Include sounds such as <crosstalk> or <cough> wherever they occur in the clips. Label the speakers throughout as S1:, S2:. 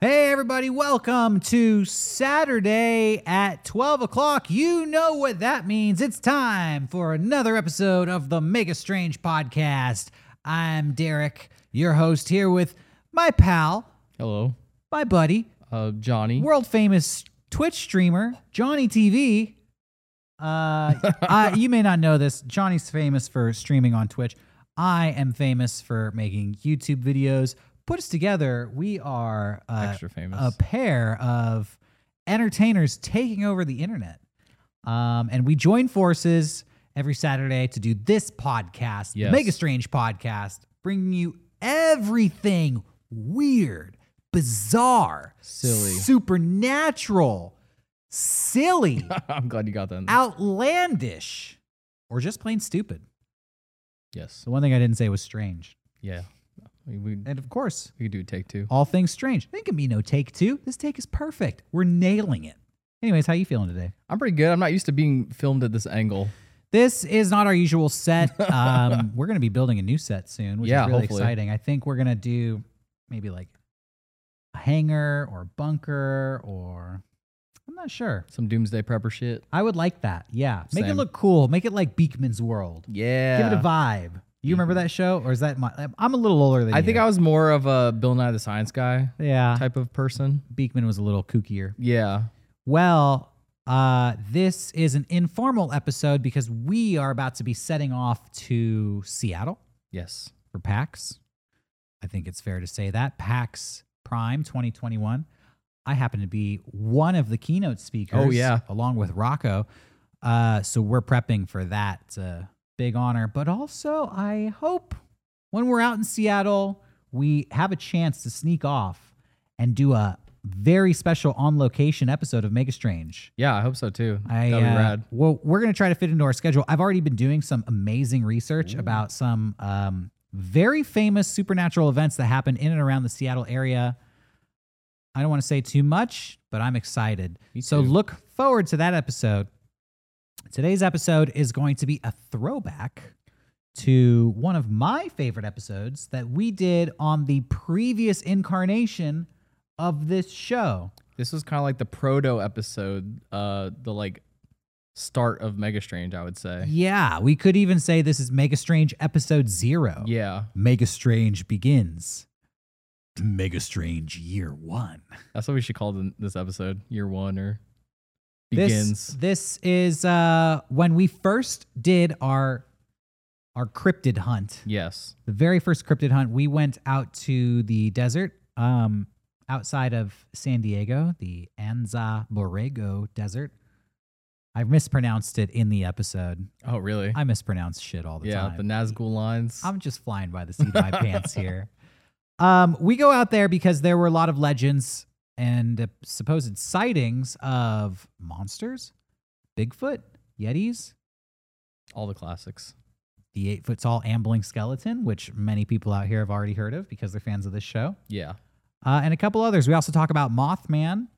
S1: Hey, everybody, welcome to Saturday at 12 o'clock. You know what that means. It's time for another episode of the Mega Strange Podcast. I'm Derek, your host, here with my pal,
S2: Hello,
S1: my buddy,
S2: uh, Johnny.
S1: world famous Twitch streamer, Johnny TV. Uh, I, you may not know this. Johnny's famous for streaming on Twitch. I am famous for making YouTube videos. Put us together, we are uh,
S2: Extra famous.
S1: a pair of entertainers taking over the internet. Um, and we join forces every Saturday to do this podcast, the
S2: Yes.
S1: Mega Strange podcast, bringing you everything weird, bizarre,
S2: Silly.
S1: supernatural, silly,
S2: <laughs> <laughs> I'm glad you got that. in there.
S1: outlandish, or just plain stupid.
S2: yes.
S1: The one thing I didn't say was strange.
S2: Yeah. We, we, we
S1: And of course,
S2: could do a take two.
S1: all things strange. There can be no take two. This take is perfect. We're nailing it. Anyways, how you feeling today?
S2: I'm pretty good. I'm not used to being filmed at this angle.
S1: This is not our usual
S2: <laughs>
S1: set. Um, we're going to be building a new set soon, which
S2: Yeah,
S1: is really
S2: hopefully.
S1: exciting. I think we're going to do maybe like a hangar or a bunker or I'm not sure.
S2: Some doomsday prepper shit.
S1: I would like that. Yeah. Make it
S2: Same.
S1: look cool. Make it like Beekman's World.
S2: Yeah.
S1: Give it a vibe. You remember that show or is that my I'm a little older than
S2: I
S1: you.
S2: think I was more of a Bill Nye the Science Guy
S1: Yeah.
S2: type of person.
S1: Beekman was a little kookier.
S2: Yeah.
S1: Well, uh, this is an informal episode because we are about to be setting off to Seattle.
S2: Yes.
S1: for PAX. I think it's fair to say that. PAX Prime 2021. I happen to be one of the keynote speakers.
S2: Oh, yeah.
S1: Along with Rocco. Uh, so we're prepping for that. It's a big honor. But also, I hope when we're out in Seattle, we have a chance to sneak off and do a very special on location episode of Mega Strange.
S2: Yeah. I hope so too.
S1: I,
S2: That'd be
S1: uh,
S2: rad.
S1: Well, we're gonna try to fit into our schedule. I've already been doing some amazing research about some um, very famous supernatural events that happen in and around the Seattle area. I don't want to say too much, but I'm excited.
S2: Me
S1: So
S2: too.
S1: look forward to that episode. Today's episode is going to be a throwback to one of my favorite episodes that we did on the previous incarnation of this show.
S2: This was kind of like the proto episode, uh, the like start of Mega Strange, I would say.
S1: Yeah, we could even say this is Mega Strange episode zero.
S2: Yeah.
S1: Mega Strange begins. Mega Strange year one.
S2: That's what we should call th- this episode, year one or begins.
S1: This, this is uh, when we first did our our cryptid hunt.
S2: yes.
S1: The very first cryptid hunt, we went out to the desert um, outside of San Diego, the Anza Borrego Desert. I mispronounced it in the episode.
S2: Oh, really?
S1: I mispronounce shit all the
S2: yeah,
S1: time.
S2: the Nazgul lines.
S1: I'm just flying by the seat of my pants here. <laughs> Um, we go out there because there were a lot of legends and uh, supposed sightings of monsters, Bigfoot, Yetis,
S2: All the classics.
S1: the eight foot tall ambling skeleton, which many people out here have already heard of because they're fans of this show,
S2: Yeah.
S1: uh, and a couple others. We also talk about Mothman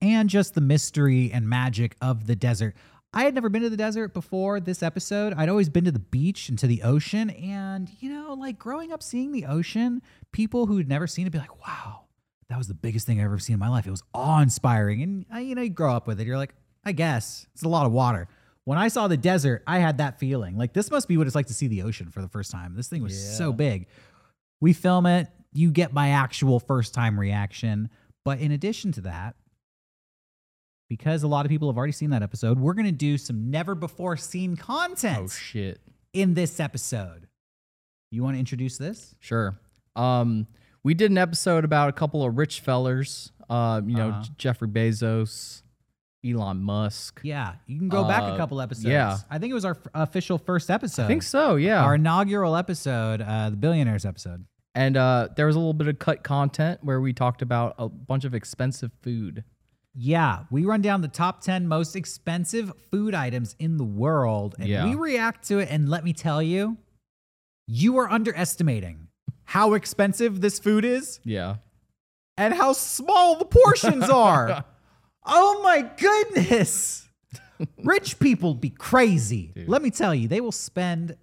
S1: and just the mystery and magic of the desert. I had never been to the desert before this episode. I'd always been to the beach and to the ocean. And, you know, like growing up seeing the ocean, people who'd never seen it be like, wow, that was the biggest thing I've ever seen in my life. It was awe inspiring. And, uh, you know, you grow up with it. You're like, I guess it's a lot of water. When I saw the desert, I had that feeling like this must be what it's like to see the ocean for the first time. This thing was so
S2: Yeah.
S1: big. We film it, you get my actual first time reaction. But in addition to that, because a lot of people have already seen that episode, we're going to do some never before seen
S2: Oh
S1: content
S2: shit.
S1: in this episode. You want to introduce this?
S2: Sure. Um, we did an episode about a couple of rich fellers. Uh, you know,
S1: Uh-huh.
S2: J- Jeffrey Bezos, Elon Musk.
S1: Yeah, you can go back a
S2: Uh,
S1: couple episodes.
S2: yeah.
S1: I think it was our f- official first episode.
S2: I think so. Yeah.
S1: Our inaugural episode, uh, the billionaires episode.
S2: and uh, there was a little bit of cut content where we talked about a bunch of expensive food.
S1: Yeah, we run down the top 10 most expensive food items in the world and
S2: Yeah.
S1: we react to it. And let me tell you, you are underestimating how expensive this food is
S2: Yeah.
S1: and how small the portions
S2: <laughs>
S1: are. oh my goodness. Rich people be crazy.
S2: Dude.
S1: Let me tell you, they will spend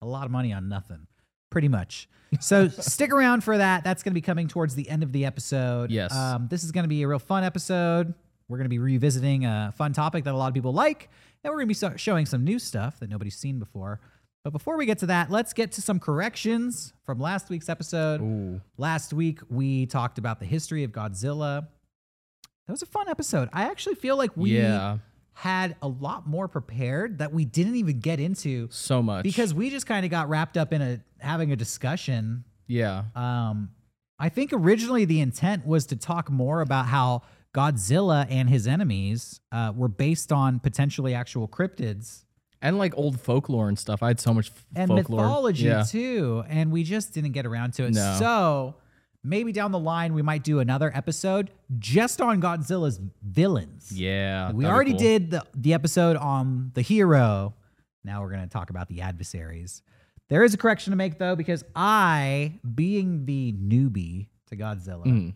S1: a lot of money on nothing. pretty much.
S2: <laughs>
S1: So stick around for that. That's going to be coming towards the end of the episode.
S2: Yes.
S1: Um, this is going to be a real fun episode. We're going to be revisiting a fun topic that a lot of people like, and we're going to be so- showing some new stuff that nobody's seen before. But before we get to that, let's get to some corrections from last week's episode.
S2: Ooh.
S1: Last week we talked about the history of Godzilla. That was a fun episode. I actually feel like we
S2: yeah.
S1: had a lot more prepared that we didn't even get into
S2: So much.
S1: because we just kind of got wrapped up in a having a discussion.
S2: yeah.
S1: Um, I think originally the intent was to talk more about how Godzilla and his enemies uh, were based on potentially actual cryptids
S2: And like old folklore and stuff. I had so much f-
S1: and
S2: folklore.
S1: mythology
S2: Yeah.
S1: too, and we just didn't get around to it.
S2: No.
S1: So maybe down the line we might do another episode just on Godzilla's villains. we
S2: Yeah. that'd be
S1: already
S2: cool.
S1: did the, the episode on the hero. Now we're going to talk about the adversaries. There is a correction to make, though, because I, being the newbie to Godzilla,
S2: Mm.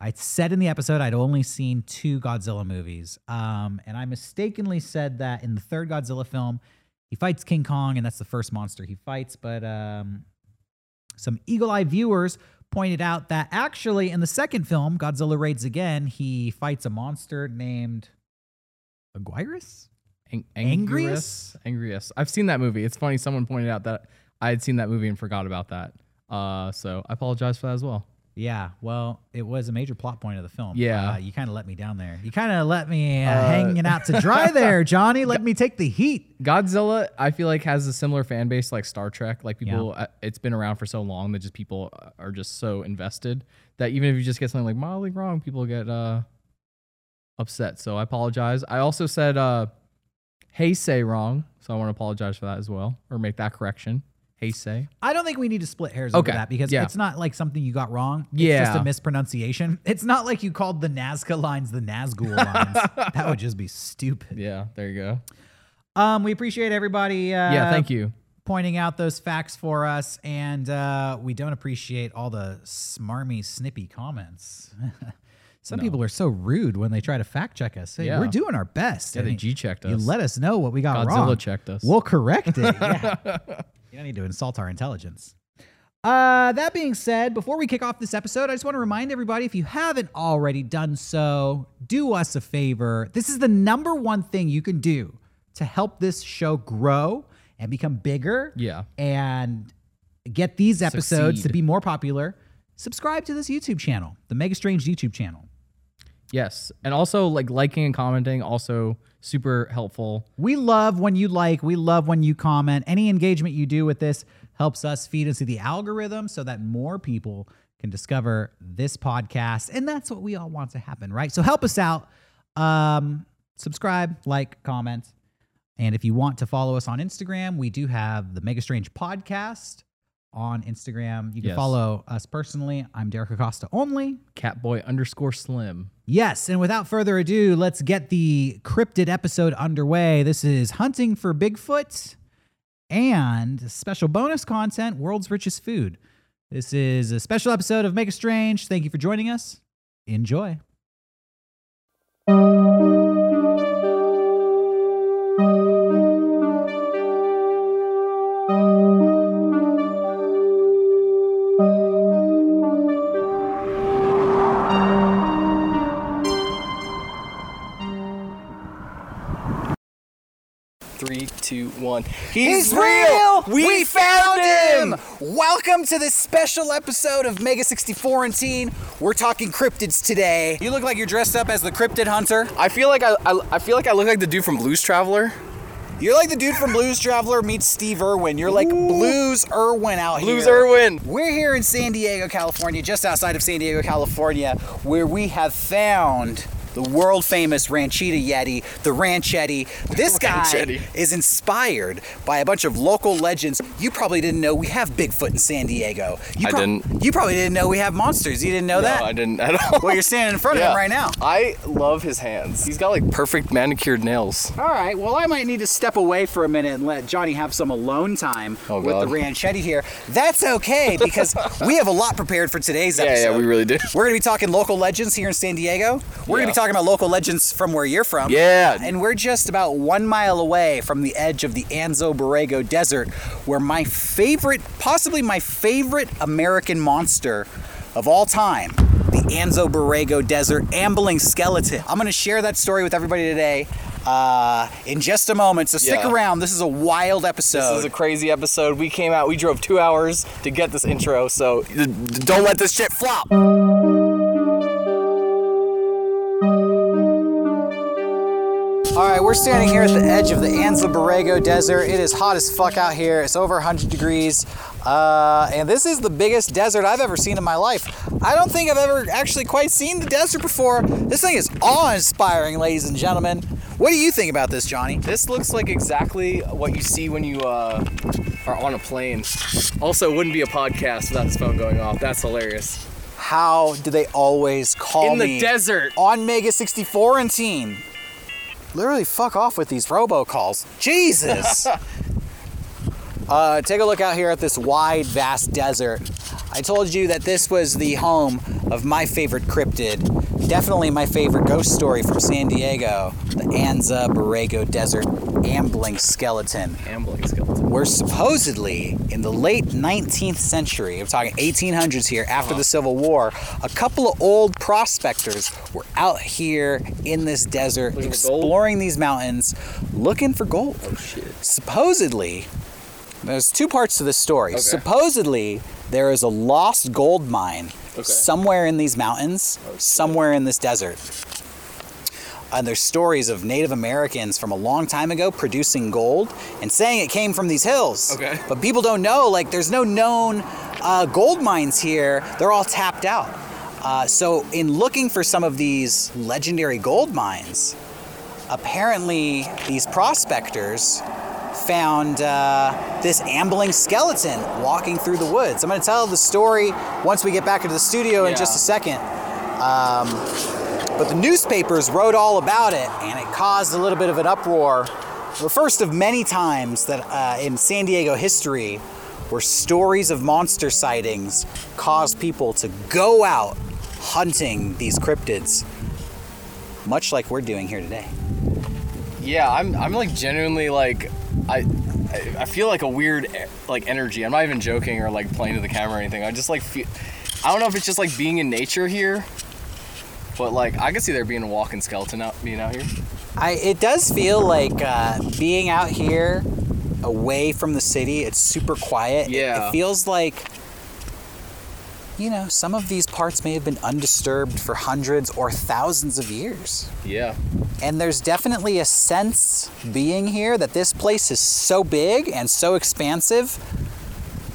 S1: I said in the episode I'd only seen two Godzilla movies. Um, and I mistakenly said that in the third Godzilla film, he fights King Kong, and that's the first monster he fights. But um, some eagle eye viewers pointed out that actually in the second film, Godzilla Raids Again, he fights a monster named Aguirus?
S2: Ang-
S1: Angrius?
S2: Angrius? Angrius. I've seen that movie. It's funny. Someone pointed out that I had seen that movie and forgot about that. Uh, so I apologize for that as well.
S1: Yeah, well, it was a major plot point of the film.
S2: Yeah.
S1: Uh, you kind of let me down there. You kind of let me uh,
S2: Uh,
S1: hanging out to dry there, Johnny. Let me take the heat.
S2: Godzilla, I feel like has a similar fan base like Star Trek. Like people, uh, it's been around for so long that just people uh, are just so invested that even if you just get something like mildly wrong, people get uh, upset. So I apologize. I also said uh, "Hey say" wrong, so I want to apologize for that as well, or make that correction. Hey say.
S1: I don't think we need to split hairs over
S2: Okay,
S1: that because
S2: yeah.
S1: it's not like something you got wrong. It's just
S2: Yeah.
S1: a mispronunciation. <laughs> It's not like you called the Nazca lines the Nazgul lines.
S2: <laughs>
S1: that would just be stupid.
S2: Yeah, there you go.
S1: Um, we appreciate everybody. Uh,
S2: Yeah, thank you.
S1: pointing out those facts for us, and uh, we don't appreciate all the smarmy, snippy comments. <laughs> Some people are so rude when they try to fact check us. Hey,
S2: Yeah.
S1: We're doing our best.
S2: Yeah,
S1: I
S2: they
S1: mean,
S2: G checked us.
S1: You let us know what we got
S2: Godzilla
S1: wrong.
S2: checked us.
S1: We'll
S2: <laughs>
S1: correct it. Yeah. you don't need to insult our intelligence. Uh, that being said, before we kick off this episode, I just want to remind everybody if you haven't already done so, do us a favor. This is the number one thing you can do to help this show grow and become bigger
S2: yeah.
S1: and get these episodes
S2: Succeed.
S1: to be more popular. Subscribe to this YouTube channel, the Mega Strange YouTube channel.
S2: Yes. And also like liking and commenting also super helpful.
S1: We love when you like, we love when you comment. Any engagement you do with this helps us feed into the algorithm so that more people can discover this podcast. And that's what we all want to happen, right? So help us out. Um, subscribe, like, comment. And if you want to follow us on Instagram, we do have the Mega Strange podcast on Instagram. You can
S2: Yes.
S1: follow us personally. I'm Derek Acosta only.
S2: Catboy underscore slim.
S1: Yes, and without further ado, let's get the cryptid episode underway. This is Hunting for Bigfoot and special bonus content World's Richest Food. This is a special episode of Make a Strange. Thank you for joining us. Enjoy.
S3: Three, two, one.
S4: He's real! We, found him! Welcome to this special episode of Mega 64 and Teen. We're talking cryptids today. You look like you're dressed up as the cryptid hunter.
S3: I feel like I, I, I feel like I look like the dude from Blues Traveler.
S4: You're like the dude from Blues Traveler meets Steve Irwin. You're like Blues Irwin out here.
S3: Blues Irwin.
S4: We're here in San Diego, California, just outside of San Diego, California, where we have found the world famous Ranchita Yeti, the
S3: <laughs>
S4: Ranchetti. This guy
S3: Ranchetti.
S4: is inspired by a bunch of local legends. You probably didn't know we have Bigfoot in San Diego. You
S3: I didn't.
S4: You probably didn't know we have monsters. You didn't know that.
S3: No, I didn't at all. <laughs>
S4: Well, you're standing in front of him right now.
S3: I love his hands. He's got like perfect manicured nails.
S4: All right. Well, I might need to step away for a minute and let Johnny have some alone time
S3: Oh,
S4: with the
S3: God.
S4: ranchetti here. That's okay because we have a lot prepared for today's
S3: Yeah, yeah,
S4: episode.
S3: we really do.
S4: We're going to be talking local legends here in San Diego. We're going
S3: Yeah.
S4: to be
S1: talking about local legends from where you're from.
S3: Yeah.
S1: And we're just about one mile away from the edge of the Anzo Borrego Desert, where my favorite, possibly my favorite American monster of all time, the Anzo Borrego Desert ambling skeleton. I'm going to share that story with everybody today uh, in just a moment. So stick
S3: Yeah.
S1: around. This is a wild episode.
S3: This is a crazy episode. We came out, we drove two hours to get this intro, so d- d- don't let this shit flop.
S1: All right, we're standing here at the edge of the Anza Borrego Desert. It is hot as fuck out here. It's over 100 degrees. Uh, and this is the biggest desert I've ever seen in my life. I don't think I've ever actually quite seen the desert before. This thing is awe inspiring, ladies and gentlemen. What do you think about this, Johnny?
S3: This looks like exactly what you see when you uh, are on a plane. Also, it wouldn't be a podcast without this phone going off. That's hilarious.
S1: How do they always call
S3: In the
S1: me
S3: desert.
S1: on Mega 64 and team? Literally, fuck off with these robocalls. Jesus. uh, take a look out here at this wide, vast desert. I told you that this was the home of my favorite cryptid, definitely my favorite ghost story from San Diego, the Anza Borrego Desert ambling skeleton
S3: Ambling skeleton.
S1: were supposedly in the late 19th century, I'm talking 1800s here, after the Civil War, a couple of old prospectors were out here in this desert
S3: Looking for gold?
S1: exploring these mountains looking for gold.
S3: Oh shit.
S1: Supposedly, there's two parts to this story.
S3: Okay.
S1: Supposedly, there is a lost gold mine
S3: Okay. Oh,
S1: somewhere in these mountains, somewhere in this desert. And there's stories of Native Americans from a long time ago producing gold and saying it came from these hills.
S3: Okay.
S1: But people don't know, like, there's no known uh, gold mines here, they're all tapped out. Uh, so, in looking for some of these legendary gold mines, apparently these prospectors found uh, this ambling skeleton walking through the woods. I'm going to tell the story once we get back into the studio in
S3: Yeah.
S1: just a second. Um, but the newspapers wrote all about it, and it caused a little bit of an uproar. The first of many times that uh, in San Diego history where stories of monster sightings caused people to go out hunting these cryptids, much like we're doing here today.
S3: Yeah, I'm. I'm like genuinely like, I, I- I feel like a weird e- like energy. I'm not even joking or like playing to the camera or anything. I just like feel. I don't know if it's just like being in nature here, but like I could see there being a walking skeleton out being out here.
S1: I it does feel like uh, being out here, away from the city. It's super quiet. It- It,
S3: Yeah.
S1: feels like. You know, some of these parts may have been undisturbed for hundreds or thousands of years.
S3: Yeah.
S1: And there's definitely a sense being here that this place is so big and so expansive,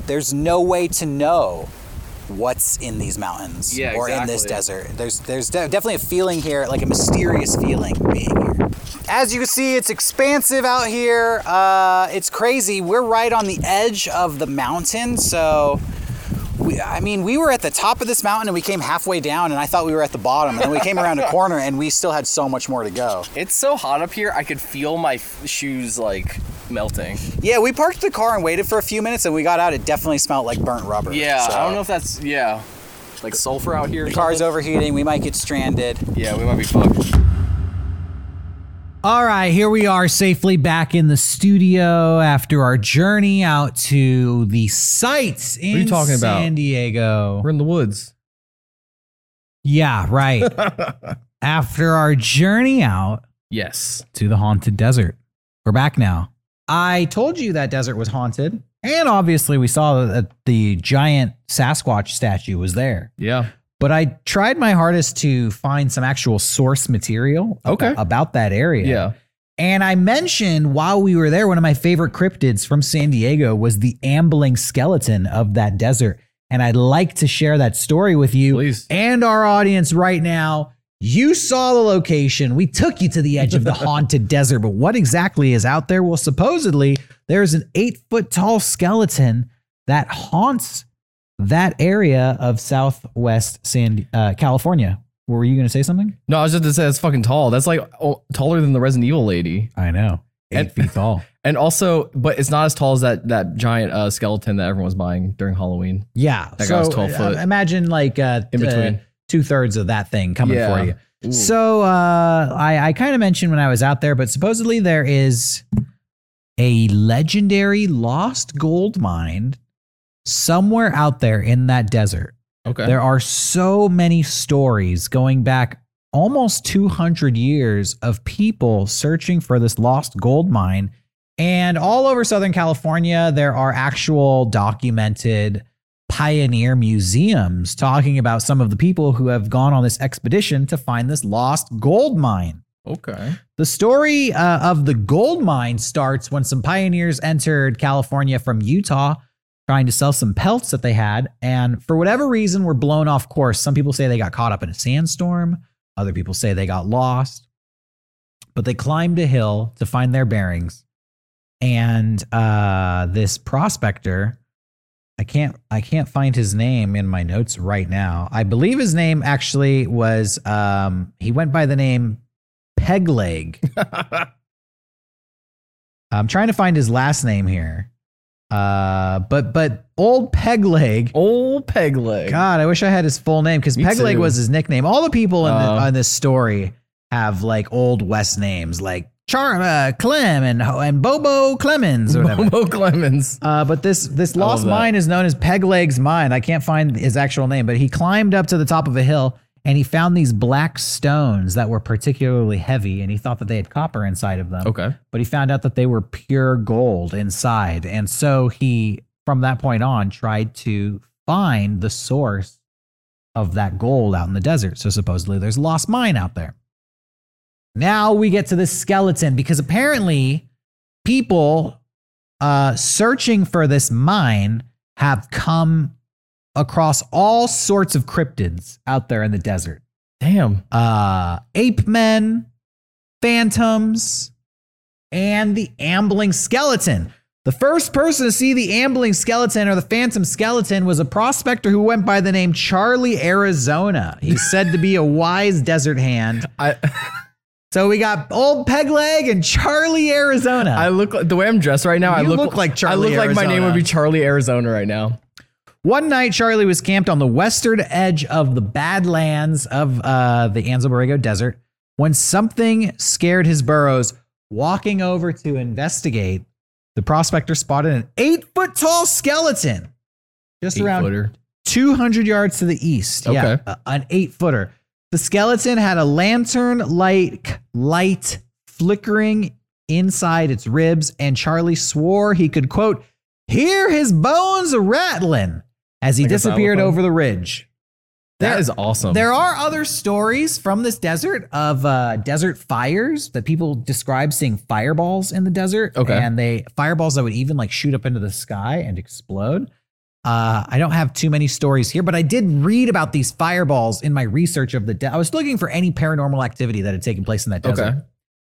S1: there's no way to know what's in these mountains
S3: Yeah,
S1: or in this
S3: exactly.
S1: desert. There's there's de- definitely a feeling here, like a mysterious feeling being here. As you can see, it's expansive out here. Uh, it's crazy. We're right on the edge of the mountain, so we, I mean, we were at the top of this mountain and we came halfway down, and I thought we were at the bottom. And then we came around a corner and we still had so much more to go.
S3: It's so hot up here. I could feel my f- shoes like melting.
S1: Yeah, we parked the car and waited for a few minutes, and we got out. It definitely smelled like burnt rubber.
S3: Yeah.
S1: so-
S3: I don't know if that's yeah, like sulfur out here. or
S1: The car's
S3: something.
S1: overheating. We might get stranded.
S3: Yeah, we might be fucked.
S5: All right, here we are safely back in the studio after our journey out to the sites in
S2: are you talking about?
S5: San Diego.
S2: We're in the woods.
S5: Yeah, right. after our journey out
S2: <laughs> Yes.
S5: to the haunted desert. We're back now. I told you that desert was haunted, and obviously we saw that the giant Sasquatch statue was there.
S2: Yeah.
S5: but I tried my hardest to find some actual source material ab-
S2: Okay.
S5: about that area.
S2: Yeah.
S5: And I mentioned while we were there, one of my favorite cryptids from San Diego was the ambling skeleton of that desert. And I'd like to share that story with you
S2: Please.
S5: and our audience right now. You saw the location. We took you to the edge of <laughs> the haunted desert, but what exactly is out there? Well, supposedly there's an eight foot tall skeleton that haunts that area of Southwest San uh, California. Were you going to say something?
S2: No, I was just gonna say that's fucking tall. That's like oh, taller than the Resident Evil lady.
S5: I know, eight
S2: And-
S5: feet tall.
S2: And also, but it's not as tall as that that giant uh, skeleton that everyone was buying during Halloween.
S5: <laughs> Yeah,
S2: That guy was 12
S5: uh,
S2: foot.
S5: Imagine like uh,
S2: In between.
S5: two thirds of that thing coming
S2: Yeah.
S5: for you.
S1: So uh, I, I kind of mentioned when I was out there, but supposedly there is a legendary lost gold mine somewhere out there in that desert.
S2: Okay.
S1: There are so many stories going back almost 200 years of people searching for this lost gold mine. And all over Southern California, there are actual documented pioneer museums talking about some of the people who have gone on this expedition to find this lost gold mine.
S2: okay.
S1: The story uh, of the gold mine starts when some pioneers entered California from Utah trying to sell some pelts that they had. And for whatever reason, were blown off course. Some people say they got caught up in a sandstorm, other people say they got lost. But they climbed a hill to find their bearings. And uh, this prospector, I can't, I can't find his name in my notes right now. I believe his name actually was, um, he went by the name Pegleg. I'm trying to find his last name here. Uh, but but old Pegleg.
S2: Old peg leg.
S1: God, I wish I had his full name because
S2: Me
S1: Pegleg
S2: too.
S1: was his nickname. All the people in
S2: Oh.
S1: the, on this story have like old West names, like Char uh, Clem and and Bobo Clemens or
S2: <laughs>
S1: whatever.
S2: Bobo Clemens.
S1: Uh, but this this lost
S2: that.
S1: mine is known as Pegleg's Mine. I can't find his actual name, but he climbed up to the top of a hill and he found these black stones that were particularly heavy, and he thought that they had copper inside of them.
S2: Okay.
S1: But he found out that they were pure gold inside, and so he, from that point on, tried to find the source of that gold out in the desert. So supposedly there's a lost mine out there. Now we get to this skeleton because apparently people uh, searching for this mine have come across all sorts of cryptids out there in the desert.
S2: Damn.
S1: Uh, ape men, phantoms, and the ambling skeleton. The first person to see the ambling skeleton or the phantom skeleton was a prospector who went by the name Charlie Arizona. He's said to be a wise desert hand.
S2: I
S1: So we got old Pegleg and Charlie Arizona.
S2: I look like the way I'm dressed right now. I
S1: You
S2: look,
S1: look like
S2: I
S1: Charlie
S2: look like my name
S1: Arizona.
S2: would be Charlie Arizona right now.
S1: One night, Charlie was camped on the western edge of the Badlands of uh, the Anza Borrego Desert when something scared his burros. Walking over to investigate, the prospector spotted an eight foot tall skeleton just around
S2: Eight-footer.
S1: 200 yards to the east. Yeah,
S2: Okay.
S1: a- an eight footer. The skeleton had a lantern like light flickering inside its ribs, and Charlie swore he could, quote, hear his bones rattling as he
S2: Like a
S1: disappeared
S2: xylophone?
S1: over the ridge.
S2: That
S1: There-
S2: is awesome.
S1: There are other stories from this desert of uh, desert fires that people describe seeing fireballs in the desert.
S2: Okay.
S1: And they fireballs that would even like shoot up into the sky and explode. Uh, I don't have too many stories here, but I did read about these fireballs in my research of the. De- I was looking for any paranormal activity that had taken place in that desert.
S2: Okay.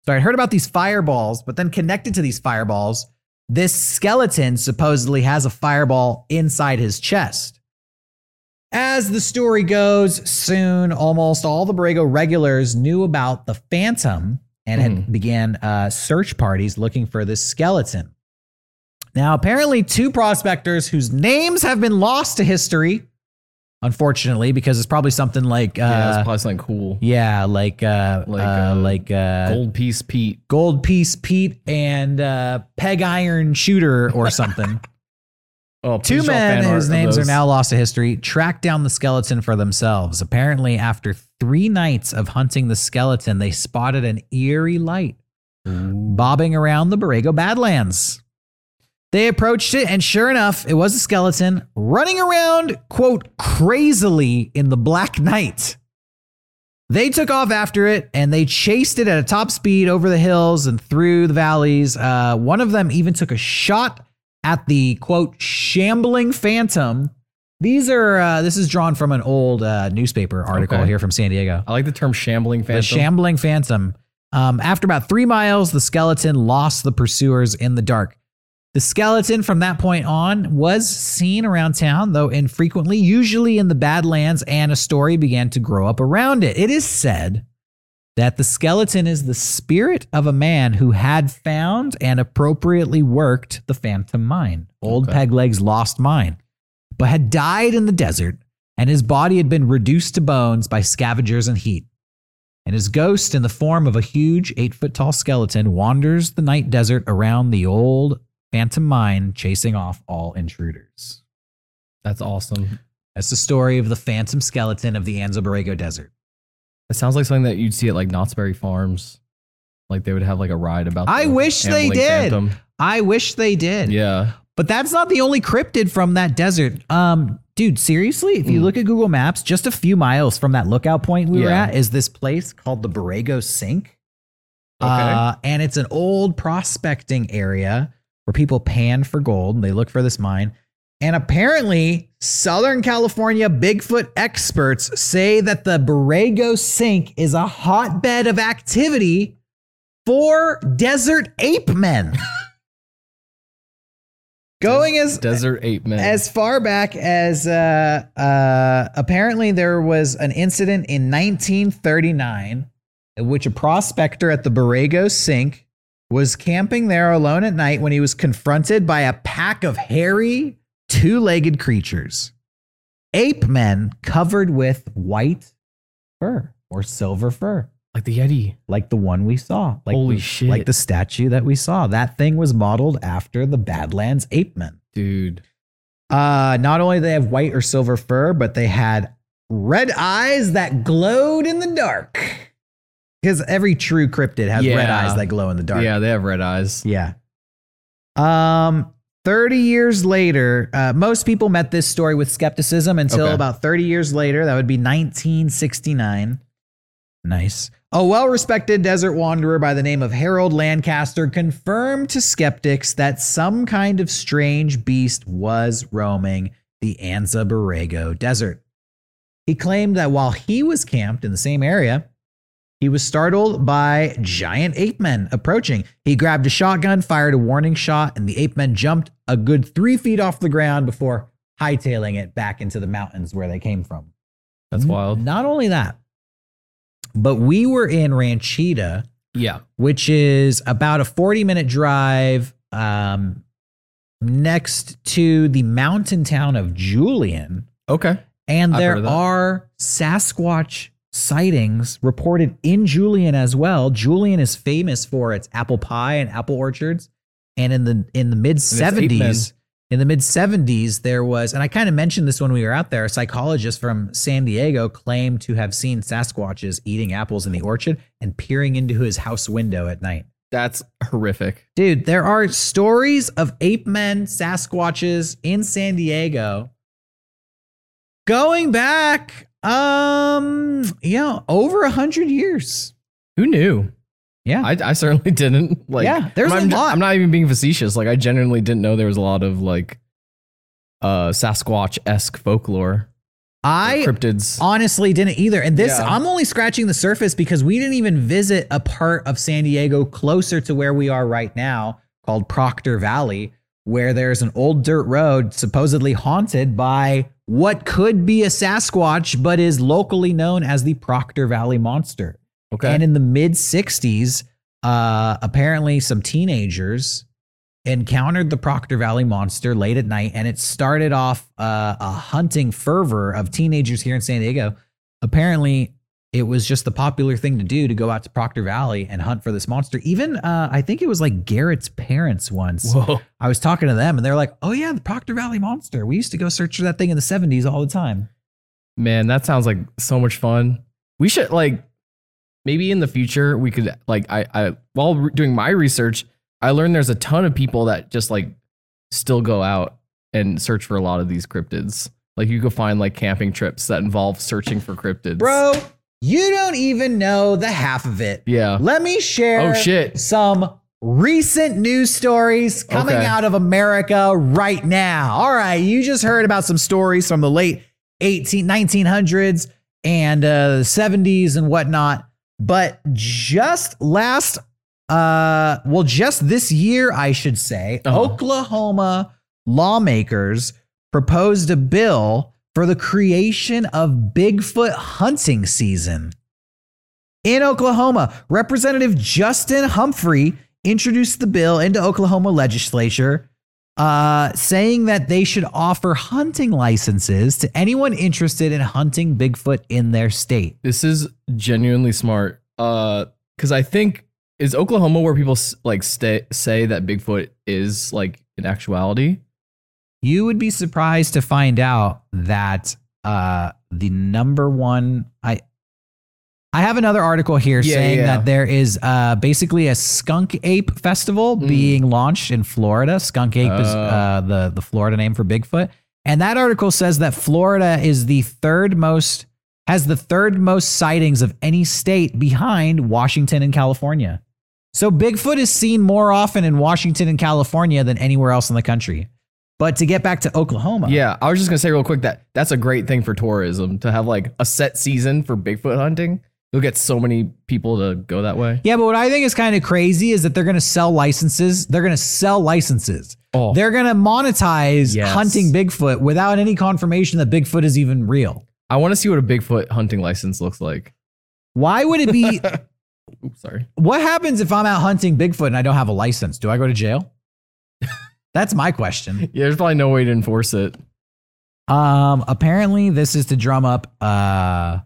S1: So I heard about these fireballs, but then connected to these fireballs, this skeleton supposedly has a fireball inside his chest. As the story goes, soon almost all the Borrego regulars knew about the phantom and had
S2: Hmm.
S1: began uh, search parties looking for this skeleton. Now, apparently, two prospectors whose names have been lost to history, unfortunately, because it's probably something like uh,
S2: yeah,
S1: yeah,
S2: that's probably something cool.
S1: like uh,
S2: Like,
S1: uh,
S2: uh,
S1: like uh,
S2: Gold piece Pete.
S1: Gold Piece Pete and uh, Peg Iron Shooter or
S2: <laughs>
S1: something.
S2: Oh,
S1: Two
S2: please draw
S1: men
S2: fan art
S1: whose
S2: of
S1: names are
S2: those.
S1: now lost to history tracked down the skeleton for themselves. Apparently, after three nights of hunting the skeleton, they spotted an eerie light bobbing around the Borrego Badlands. They approached it, and sure enough, it was a skeleton running around, quote, crazily in the black night. They took off after it and they chased it at a top speed over the hills and through the valleys. Uh, one of them even took a shot at the quote shambling phantom. These are uh, this is drawn from an old uh, newspaper article
S2: Okay.
S1: here from San Diego.
S2: I like the term shambling phantom.
S1: The shambling phantom. Um, after about three miles, the skeleton lost the pursuers in the dark. The skeleton from that point on was seen around town, though infrequently, usually in the Badlands, and a story began to grow up around it. It is said that the skeleton is the spirit of a man who had found and appropriately worked the phantom mine, old
S2: Okay.
S1: Pegleg's lost mine, but had died in the desert, and his body had been reduced to bones by scavengers and heat. and his ghost, in the form of a huge eight foot tall skeleton, wanders the night desert around the old phantom mine, chasing off all intruders.
S2: That's awesome.
S1: That's the story of the phantom skeleton of the Anzo Borrego Desert.
S2: That sounds like something that you'd see at like Knott's Berry Farms. Like they would have like a ride about.
S1: I
S2: the
S1: wish they
S2: ambling
S1: did.
S2: phantom.
S1: I wish they did.
S2: Yeah.
S1: But that's not the only cryptid from that desert. Um, dude, seriously, if you look at Google Maps, just a few miles from that lookout point we were
S2: Hmm. Yeah.
S1: at is this place called the Borrego Sink. Uh, and it's an old prospecting area where people pan for gold. and They look for this mine. And apparently, Southern California Bigfoot experts say that the Borrego Sink is a hotbed of activity for desert ape men. Going as
S2: Desert ape man.
S1: as far back as uh, uh, apparently there was an incident in 1939 in which a prospector at the Borrego Sink was camping there alone at night when he was confronted by a pack of hairy, two legged creatures, ape men covered with white fur or silver fur.
S2: like the Yeti.
S1: Like the one we saw. Like
S2: Holy
S1: the,
S2: shit.
S1: Like the statue that we saw. That thing was modeled after the Badlands ape men.
S2: Dude.
S1: Uh, not only they have white or silver fur, but they had red eyes that glowed in the dark. Because every true cryptid has red
S2: Yeah.
S1: eyes that glow in the dark.
S2: Yeah, they have red eyes.
S1: Yeah. Um, 30 years later, uh, most people met this story with skepticism until
S2: Okay.
S1: about 30 years later. That would be 1969. Nice. A well respected desert wanderer by the name of Harold Lancaster confirmed to skeptics that some kind of strange beast was roaming the Anza Borrego Desert. He claimed that while he was camped in the same area, he was startled by giant ape men approaching. He grabbed a shotgun, fired a warning shot, and the ape men jumped a good three feet off the ground before hightailing it back into the mountains where they came from.
S2: That's
S1: Mm-hmm.
S2: wild.
S1: Not only that, but we were in Ranchita,
S2: Yeah.
S1: which is about a 40 minute drive um, next to the mountain town of Julian.
S2: Okay.
S1: And
S2: I've heard
S1: there
S2: of that.
S1: are Sasquatch sightings reported in Julian as well. Julian is famous for its apple pie and apple orchards. And in the in the mid seventies, in the mid seventies, there was, and I kind of mentioned this when we were out there. A psychologist from San Diego claimed to have seen Sasquatches eating apples in the orchard and peering into his house window at night.
S2: That's horrific.
S1: Dude, there are stories of ape men, Sasquatches in San Diego. Going back, um, yeah, over a hundred years.
S2: Who knew?
S1: Yeah.
S2: I, I certainly <laughs> didn't. Like,
S1: Yeah, there's
S2: I'm,
S1: a
S2: I'm-
S1: lot.
S2: I'm not even being facetious. Like, I genuinely didn't know there was a lot of like uh Sasquatch esque folklore.
S1: I
S2: cryptids.
S1: honestly didn't either. And this,
S2: Yeah.
S1: I'm only scratching the surface because we didn't even visit a part of San Diego closer to where we are right now called Proctor Valley, where there's an old dirt road supposedly haunted by what could be a Sasquatch, but is locally known as the Proctor Valley Monster.
S2: Okay.
S1: And in the mid 60s, uh, apparently some teenagers encountered the Proctor Valley monster late at night, and it started off uh, a hunting fervor of teenagers here in San Diego. Apparently, it was just the popular thing to do to go out to Proctor Valley and hunt for this monster. Even uh, I think it was like Garrett's parents once.
S2: Whoa.
S1: I was talking to them, and they're like, "Oh yeah, the Proctor Valley monster. We used to go search for that thing in the '70s all the time."
S2: Man, that sounds like so much fun. We should like maybe in the future we could like I I while re- doing my research, I learned there's a ton of people that just like still go out and search for a lot of these cryptids. Like you could find like camping trips that involve searching for cryptids.
S1: Bro, you don't even know the half of it.
S2: Yeah.
S1: Let me share
S2: Oh shit.
S1: some recent news stories coming
S2: Okay.
S1: out of America right now. All right, you just heard about some stories from the late 18, 1900s and uh, 70s and whatnot. But just last, uh, well, just this year, I should say,
S2: Uh-huh.
S1: Oklahoma lawmakers proposed a bill for the creation of Bigfoot hunting season. In Oklahoma, Representative Justin Humphrey introduced the bill into Oklahoma legislature, uh, saying that they should offer hunting licenses to anyone interested in hunting Bigfoot in their state.
S2: This is genuinely smart. because I think is Oklahoma where people s- like stay, say that Bigfoot is like in actuality.
S1: You would be surprised to find out that uh, the number one I I have another article here
S2: Yeah,
S1: saying
S2: yeah.
S1: that there is uh, basically a skunk ape festival
S2: Mm.
S1: being launched in Florida. Skunk ape is
S2: Oh.
S1: uh, the the Florida name for Bigfoot, and that article says that Florida is the third most has the third most sightings of any state behind Washington and California. So Bigfoot is seen more often in Washington and California than anywhere else in the country. But to get back to Oklahoma,
S2: Yeah, I was just gonna say real quick that that's a great thing for tourism to have like a set season for Bigfoot hunting. You'll get so many people to go that way.
S1: Yeah, but what I think is kind of crazy is that they're going to sell licenses. They're going to sell licenses.
S2: Oh.
S1: They're going to monetize
S2: Yes.
S1: hunting Bigfoot without any confirmation that Bigfoot is even real.
S2: I want to see what a Bigfoot hunting license looks like.
S1: Why would it
S2: <laughs>
S1: be?
S2: Oops, sorry.
S1: what happens if I'm out hunting Bigfoot and I don't have a license? Do I go to jail? <laughs> That's my question.
S2: Yeah, there's probably no way to enforce it.
S1: Um, apparently, this is to drum up uh,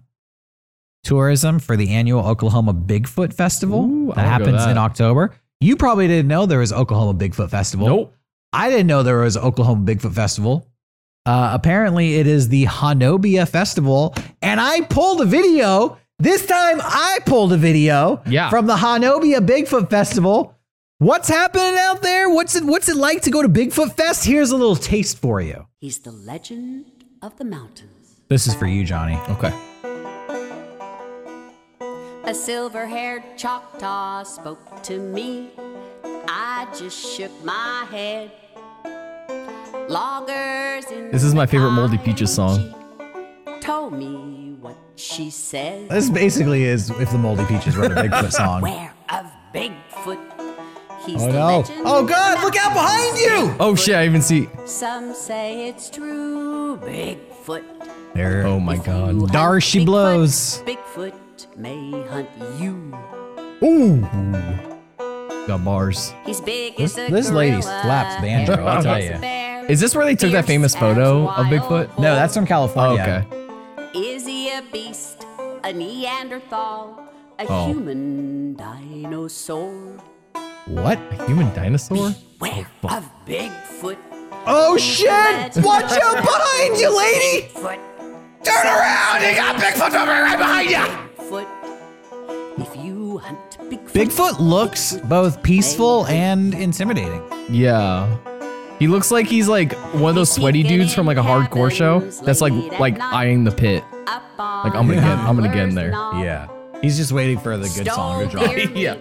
S1: tourism for the annual Oklahoma Bigfoot Festival
S2: Ooh,
S1: that
S2: I would go
S1: happens in
S2: that.
S1: October. You probably didn't know there was Oklahoma Bigfoot Festival.
S2: Nope.
S1: I didn't know there was Oklahoma Bigfoot Festival. Uh, apparently, it is the Hanobia Festival, and I pulled a video. This time, I pulled a video
S2: Yeah.
S1: from the Hanobia Bigfoot Festival. What's happening out there? What's it? What's it like to go to Bigfoot Fest? Here's a little taste for you.
S6: He's the legend of the mountains.
S1: This is for you, Johnny.
S2: Okay.
S6: A silver haired Choctaw spoke to me. I just shook my head. Loggers in
S2: This is my
S6: the
S2: favorite Moldy
S6: pine
S2: Peaches song.
S6: she Told me what she said.
S1: This basically is if the Moldy Peaches wrote a <laughs> Bigfoot song.
S6: Beware of Bigfoot. He's
S1: Oh
S6: the
S1: no!
S6: legend.
S1: Oh God! Look out behind you!
S2: Oh shit! I even see.
S6: Some say it's true. Bigfoot.
S1: There.
S2: Oh my
S6: If
S2: god.
S6: you hunt
S1: Dar she
S6: Bigfoot,
S1: blows.
S6: Bigfoot may hunt you.
S1: Ooh!
S2: Got bars.
S6: He's big
S1: This-
S6: as a
S1: this lady
S6: gorilla
S1: slaps banjo,
S6: and
S1: I'll tell
S6: big as a
S1: you.
S6: bear.
S2: Is this where they took that
S6: Fierce
S2: famous
S6: as
S2: photo of
S6: wild
S2: Bigfoot?
S1: No, that's from
S2: Oh,
S1: California.
S2: okay.
S6: Is he a beast? A Neanderthal? A
S2: Oh.
S6: human dinosaur?
S2: What? A human dinosaur?
S6: Where of Bigfoot?
S1: Oh shit! Watch out behind you, lady!
S6: Foot,
S1: Turn around! You got Bigfoot over right behind you!
S6: foot. If you hunt Bigfoot,
S1: Bigfoot looks both peaceful and intimidating.
S2: Yeah. He looks like he's like one of those sweaty dudes from like a hardcore show that's like like eyeing the pit.
S6: up on
S2: Like, I'm gonna get- I'm gonna get in there.
S6: gobbler's knob.
S1: He's just waiting for the good
S6: Stole
S1: song to
S6: their
S1: drop.
S6: meat,
S2: <laughs> Yeah.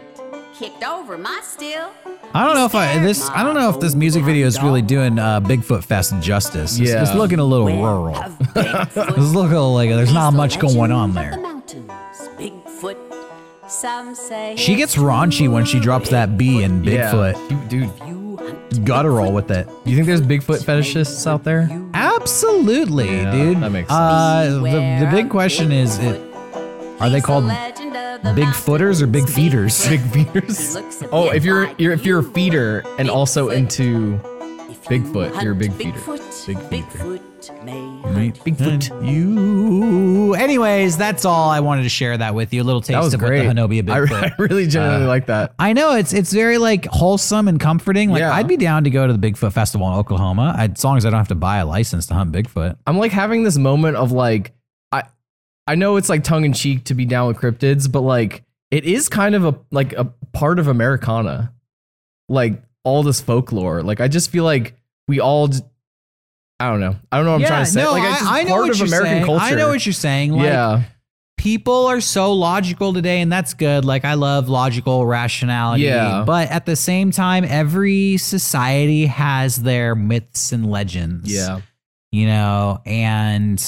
S6: Kicked over my still.
S1: I don't know if I this I don't know if this music video is really doing uh, Bigfoot Fest justice. It's,
S2: Yeah.
S1: it's looking a little rural.
S2: <laughs>
S1: It's looking like there's not much going on there. She gets raunchy when she drops that B in Bigfoot.
S2: Yeah. Dude, dude,
S1: Guttural with it.
S2: you think there's Bigfoot fetishists out there?
S1: Absolutely,
S2: Yeah,
S1: dude.
S2: that makes
S1: Uh, the, the big question is, it, are they called big footers or big feeders?
S2: <laughs> Big feeders. Oh, if you're you're if you're a feeder and also into Bigfoot, you're a big feeder.
S6: Big Bigfoot may hunt
S1: Bigfoot. You. Anyways, that's all I wanted to share that with you. A little taste
S2: that was
S1: of
S2: great.
S1: what the Hanobia
S2: <laughs>
S1: <laughs>
S2: I,
S1: Bigfoot. Uh,
S2: I really genuinely like that.
S1: I know it's it's very like wholesome and comforting. Like
S2: Yeah.
S1: I'd be down to go to the Bigfoot Festival in Oklahoma I, as long as I don't have to buy a license to hunt Bigfoot.
S2: I'm like having this moment of like I I know it's like tongue in cheek to be down with cryptids, but like it is kind of a like a part of Americana. Like all this folklore. Like I just feel like we all j- I don't know. I don't know what I'm trying to say.
S1: no,
S2: like
S1: I,
S2: it's just
S1: I know
S2: part
S1: what
S2: of
S1: you're
S2: American
S1: saying.
S2: culture.
S1: I know what you're saying. Like,
S2: yeah.
S1: people are so logical today and that's good like i love logical rationality
S2: Yeah.
S1: but at the same time every society has their myths and legends
S2: Yeah.
S1: you know and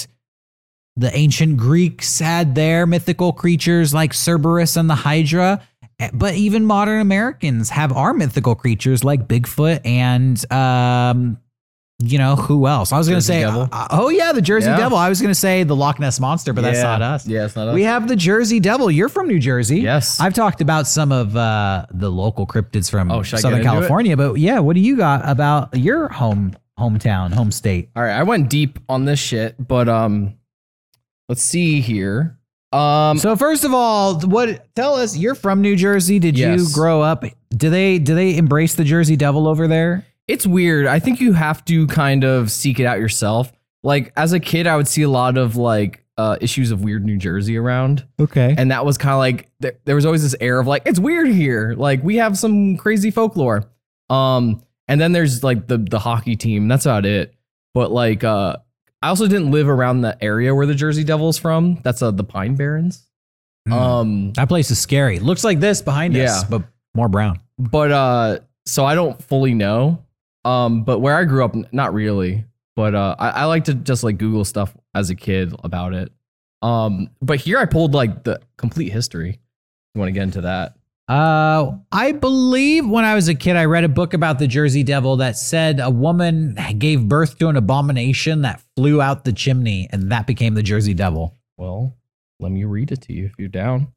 S1: the ancient greeks had their mythical creatures like cerberus and the hydra eh, but even modern americans have our mythical creatures like bigfoot and um you know who else i was gonna
S2: Jersey
S1: say
S2: Devil.
S1: uh, oh yeah the jersey
S2: Yeah.
S1: devil i was gonna say the loch ness monster but that's
S2: Yeah.
S1: not us
S2: Yeah, it's not us.
S1: we have the Jersey Devil. You're from New Jersey.
S2: Yes.
S1: I've talked about some of uh, the local cryptids from
S2: Oh, should I
S1: Southern
S2: get into it?
S1: California, but yeah, what do you got about your home hometown, home state?
S2: All right, I went deep on this shit, but um, let's see here. Um,
S1: So first of all, what tell us you're from New Jersey. Did
S2: Yes.
S1: you grow up? Do they do they embrace the Jersey Devil over there?
S2: it's weird. I think you have to kind of seek it out yourself. Like as a kid, I would see a lot of like uh, issues of weird New Jersey around,
S1: Okay.
S2: and that was kind of like there, there was always this air of like it's weird here. Like we have some crazy folklore. Um, and then there's like the the hockey team. That's about it. But like, uh, I also didn't live around the area where the Jersey Devil's from. That's uh, the Pine Barrens. Um,
S1: That place is scary. Looks like this behind
S2: Yeah.
S1: us, but more brown.
S2: but uh so i don't fully know um but where i grew up n- not really but uh I, I like to just like google stuff um, as a kid about it um but here i pulled like the complete history you want to get into that
S1: Uh, I believe when I was a kid, I read a book about the Jersey Devil that said a woman gave birth to an abomination that flew out the chimney, and that became the Jersey Devil.
S2: well let me read it to you if you're down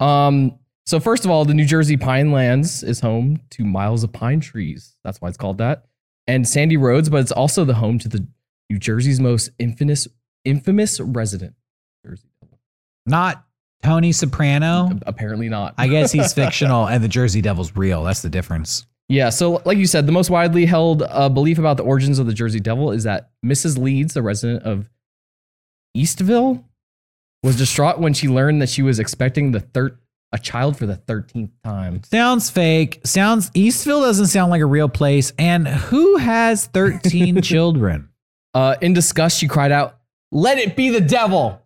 S2: um so first of all the new jersey pine lands is home to miles of pine trees that's why it's called that and sandy roads but it's also the home to the new jersey's most infamous infamous resident jersey devil
S1: Not Tony Soprano.
S2: Apparently not.
S1: Oh. I guess he's fictional, and the Jersey Devil's real. That's the difference.
S2: yeah. So, like you said, the most widely held uh, belief about the origins of the Jersey Devil is that Mrs. Leeds, a resident of Eastville, was distraught when she learned that she was expecting the third a child for the thirteenth time.
S1: Sounds fake. Sounds Eastville doesn't sound like a real place. And who has
S2: <laughs>
S1: 13 children?
S2: Uh, in disgust, she cried out, "Let it be the devil!"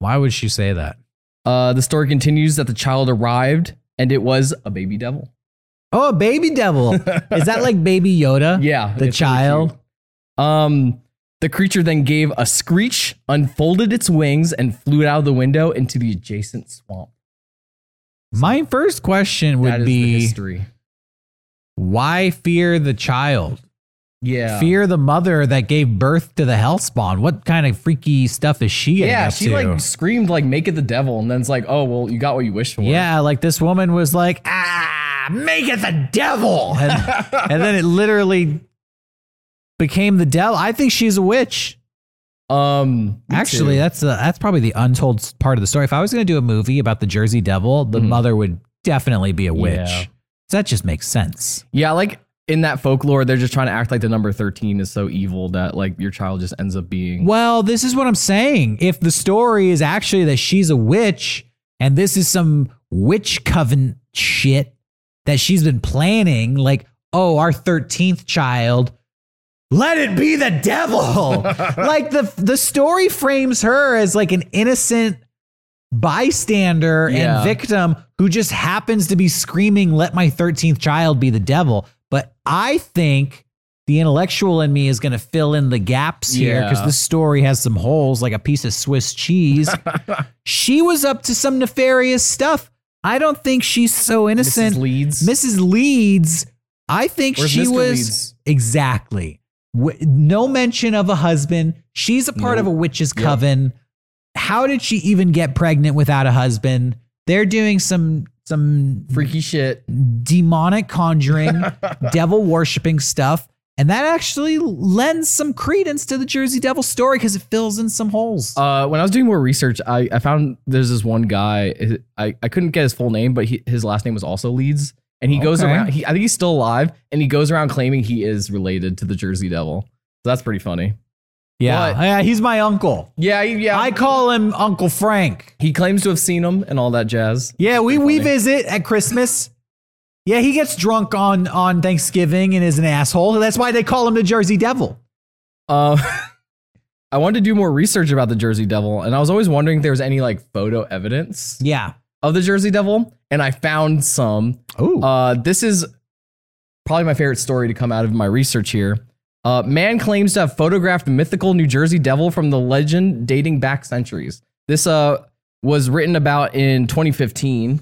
S1: Why would she say that?
S2: Uh, the story continues that the child arrived and it was a baby devil.
S1: Oh, a baby devil. Is that
S2: <laughs>
S1: like baby Yoda?
S2: Yeah,
S1: The
S2: it's really
S1: child?
S2: cute. Um, the creature then gave a screech, unfolded its wings, and flew out of the window into the adjacent swamp.
S1: My first question would
S2: That is the
S1: be
S2: history.
S1: why fear the child?
S2: Yeah.
S1: Fear the mother that gave birth to the hellspawn. What kind of freaky stuff is she? getting
S2: Yeah,
S1: up
S2: she
S1: to?
S2: like screamed like make it the devil, and then it's like, oh well, you got what you wished for.
S1: Yeah, like this woman was like, ah, make it the devil.
S2: <laughs>
S1: And, and then it literally became the devil. I think she's a witch.
S2: Um. me
S1: Actually,
S2: too.
S1: that's uh that's probably the untold s- part of the story. If I was going to do a movie about the Jersey Devil, the
S2: Mhm.
S1: mother would definitely be a witch.
S2: Yeah.
S1: So that just makes sense.
S2: yeah, like in that folklore, they're just trying to act like the number thirteen is so evil that like your child just ends up being.
S1: Well, this is what I'm saying. If the story is actually that she's a witch and this is some witch coven shit that she's been planning, like, oh, our 13th child, let it be the devil. like the the story frames her as like an innocent bystander
S2: Yeah.
S1: and victim who just happens to be screaming, let my 13th child be the devil. But I think the intellectual in me is going to fill in the gaps here because
S2: Yeah.
S1: this story has some holes like a piece of Swiss cheese.
S2: <laughs>
S1: she was up to some nefarious stuff. I don't think she's so innocent.
S2: Mrs. Leeds.
S1: Mrs. Leeds, I think
S2: Where's
S1: she
S2: Mr.
S1: was
S2: Leeds?
S1: exactly Wi- no mention of a husband. She's a part of a witch's
S2: Yep.
S1: coven. How did she even get pregnant without a husband? They're doing some some
S2: Freaky shit.
S1: demonic <laughs> conjuring, devil worshiping stuff. And that actually lends some credence to the Jersey Devil story because it fills in some holes.
S2: Uh, when I was doing more research, I, I found there's this one guy. his- I, I couldn't get his full name, but he, his last name was also Leeds. And he goes
S1: Okay.
S2: around. He, I think he's still alive, and he goes around claiming he is related to the Jersey Devil. So that's pretty funny.
S1: yeah. Oh,
S2: but-
S1: yeah, he's my uncle.
S2: Yeah, yeah.
S1: I call him Uncle Frank.
S2: he claims to have seen him and all that jazz.
S1: Yeah, we, we
S2: funny.
S1: visit at Christmas. Yeah, he gets drunk on, on Thanksgiving and is an asshole. That's why they call him the Jersey Devil.
S2: Uh, <laughs> I wanted to do more research about the Jersey Devil, and I was always wondering if there was any like photo evidence
S1: Yeah.
S2: of the Jersey Devil, and I found some.
S1: Oh.
S2: Uh, this is probably my favorite story to come out of my research here. Uh, man claims to have photographed mythical New Jersey devil from the legend dating back centuries. This uh, was written about in 2015,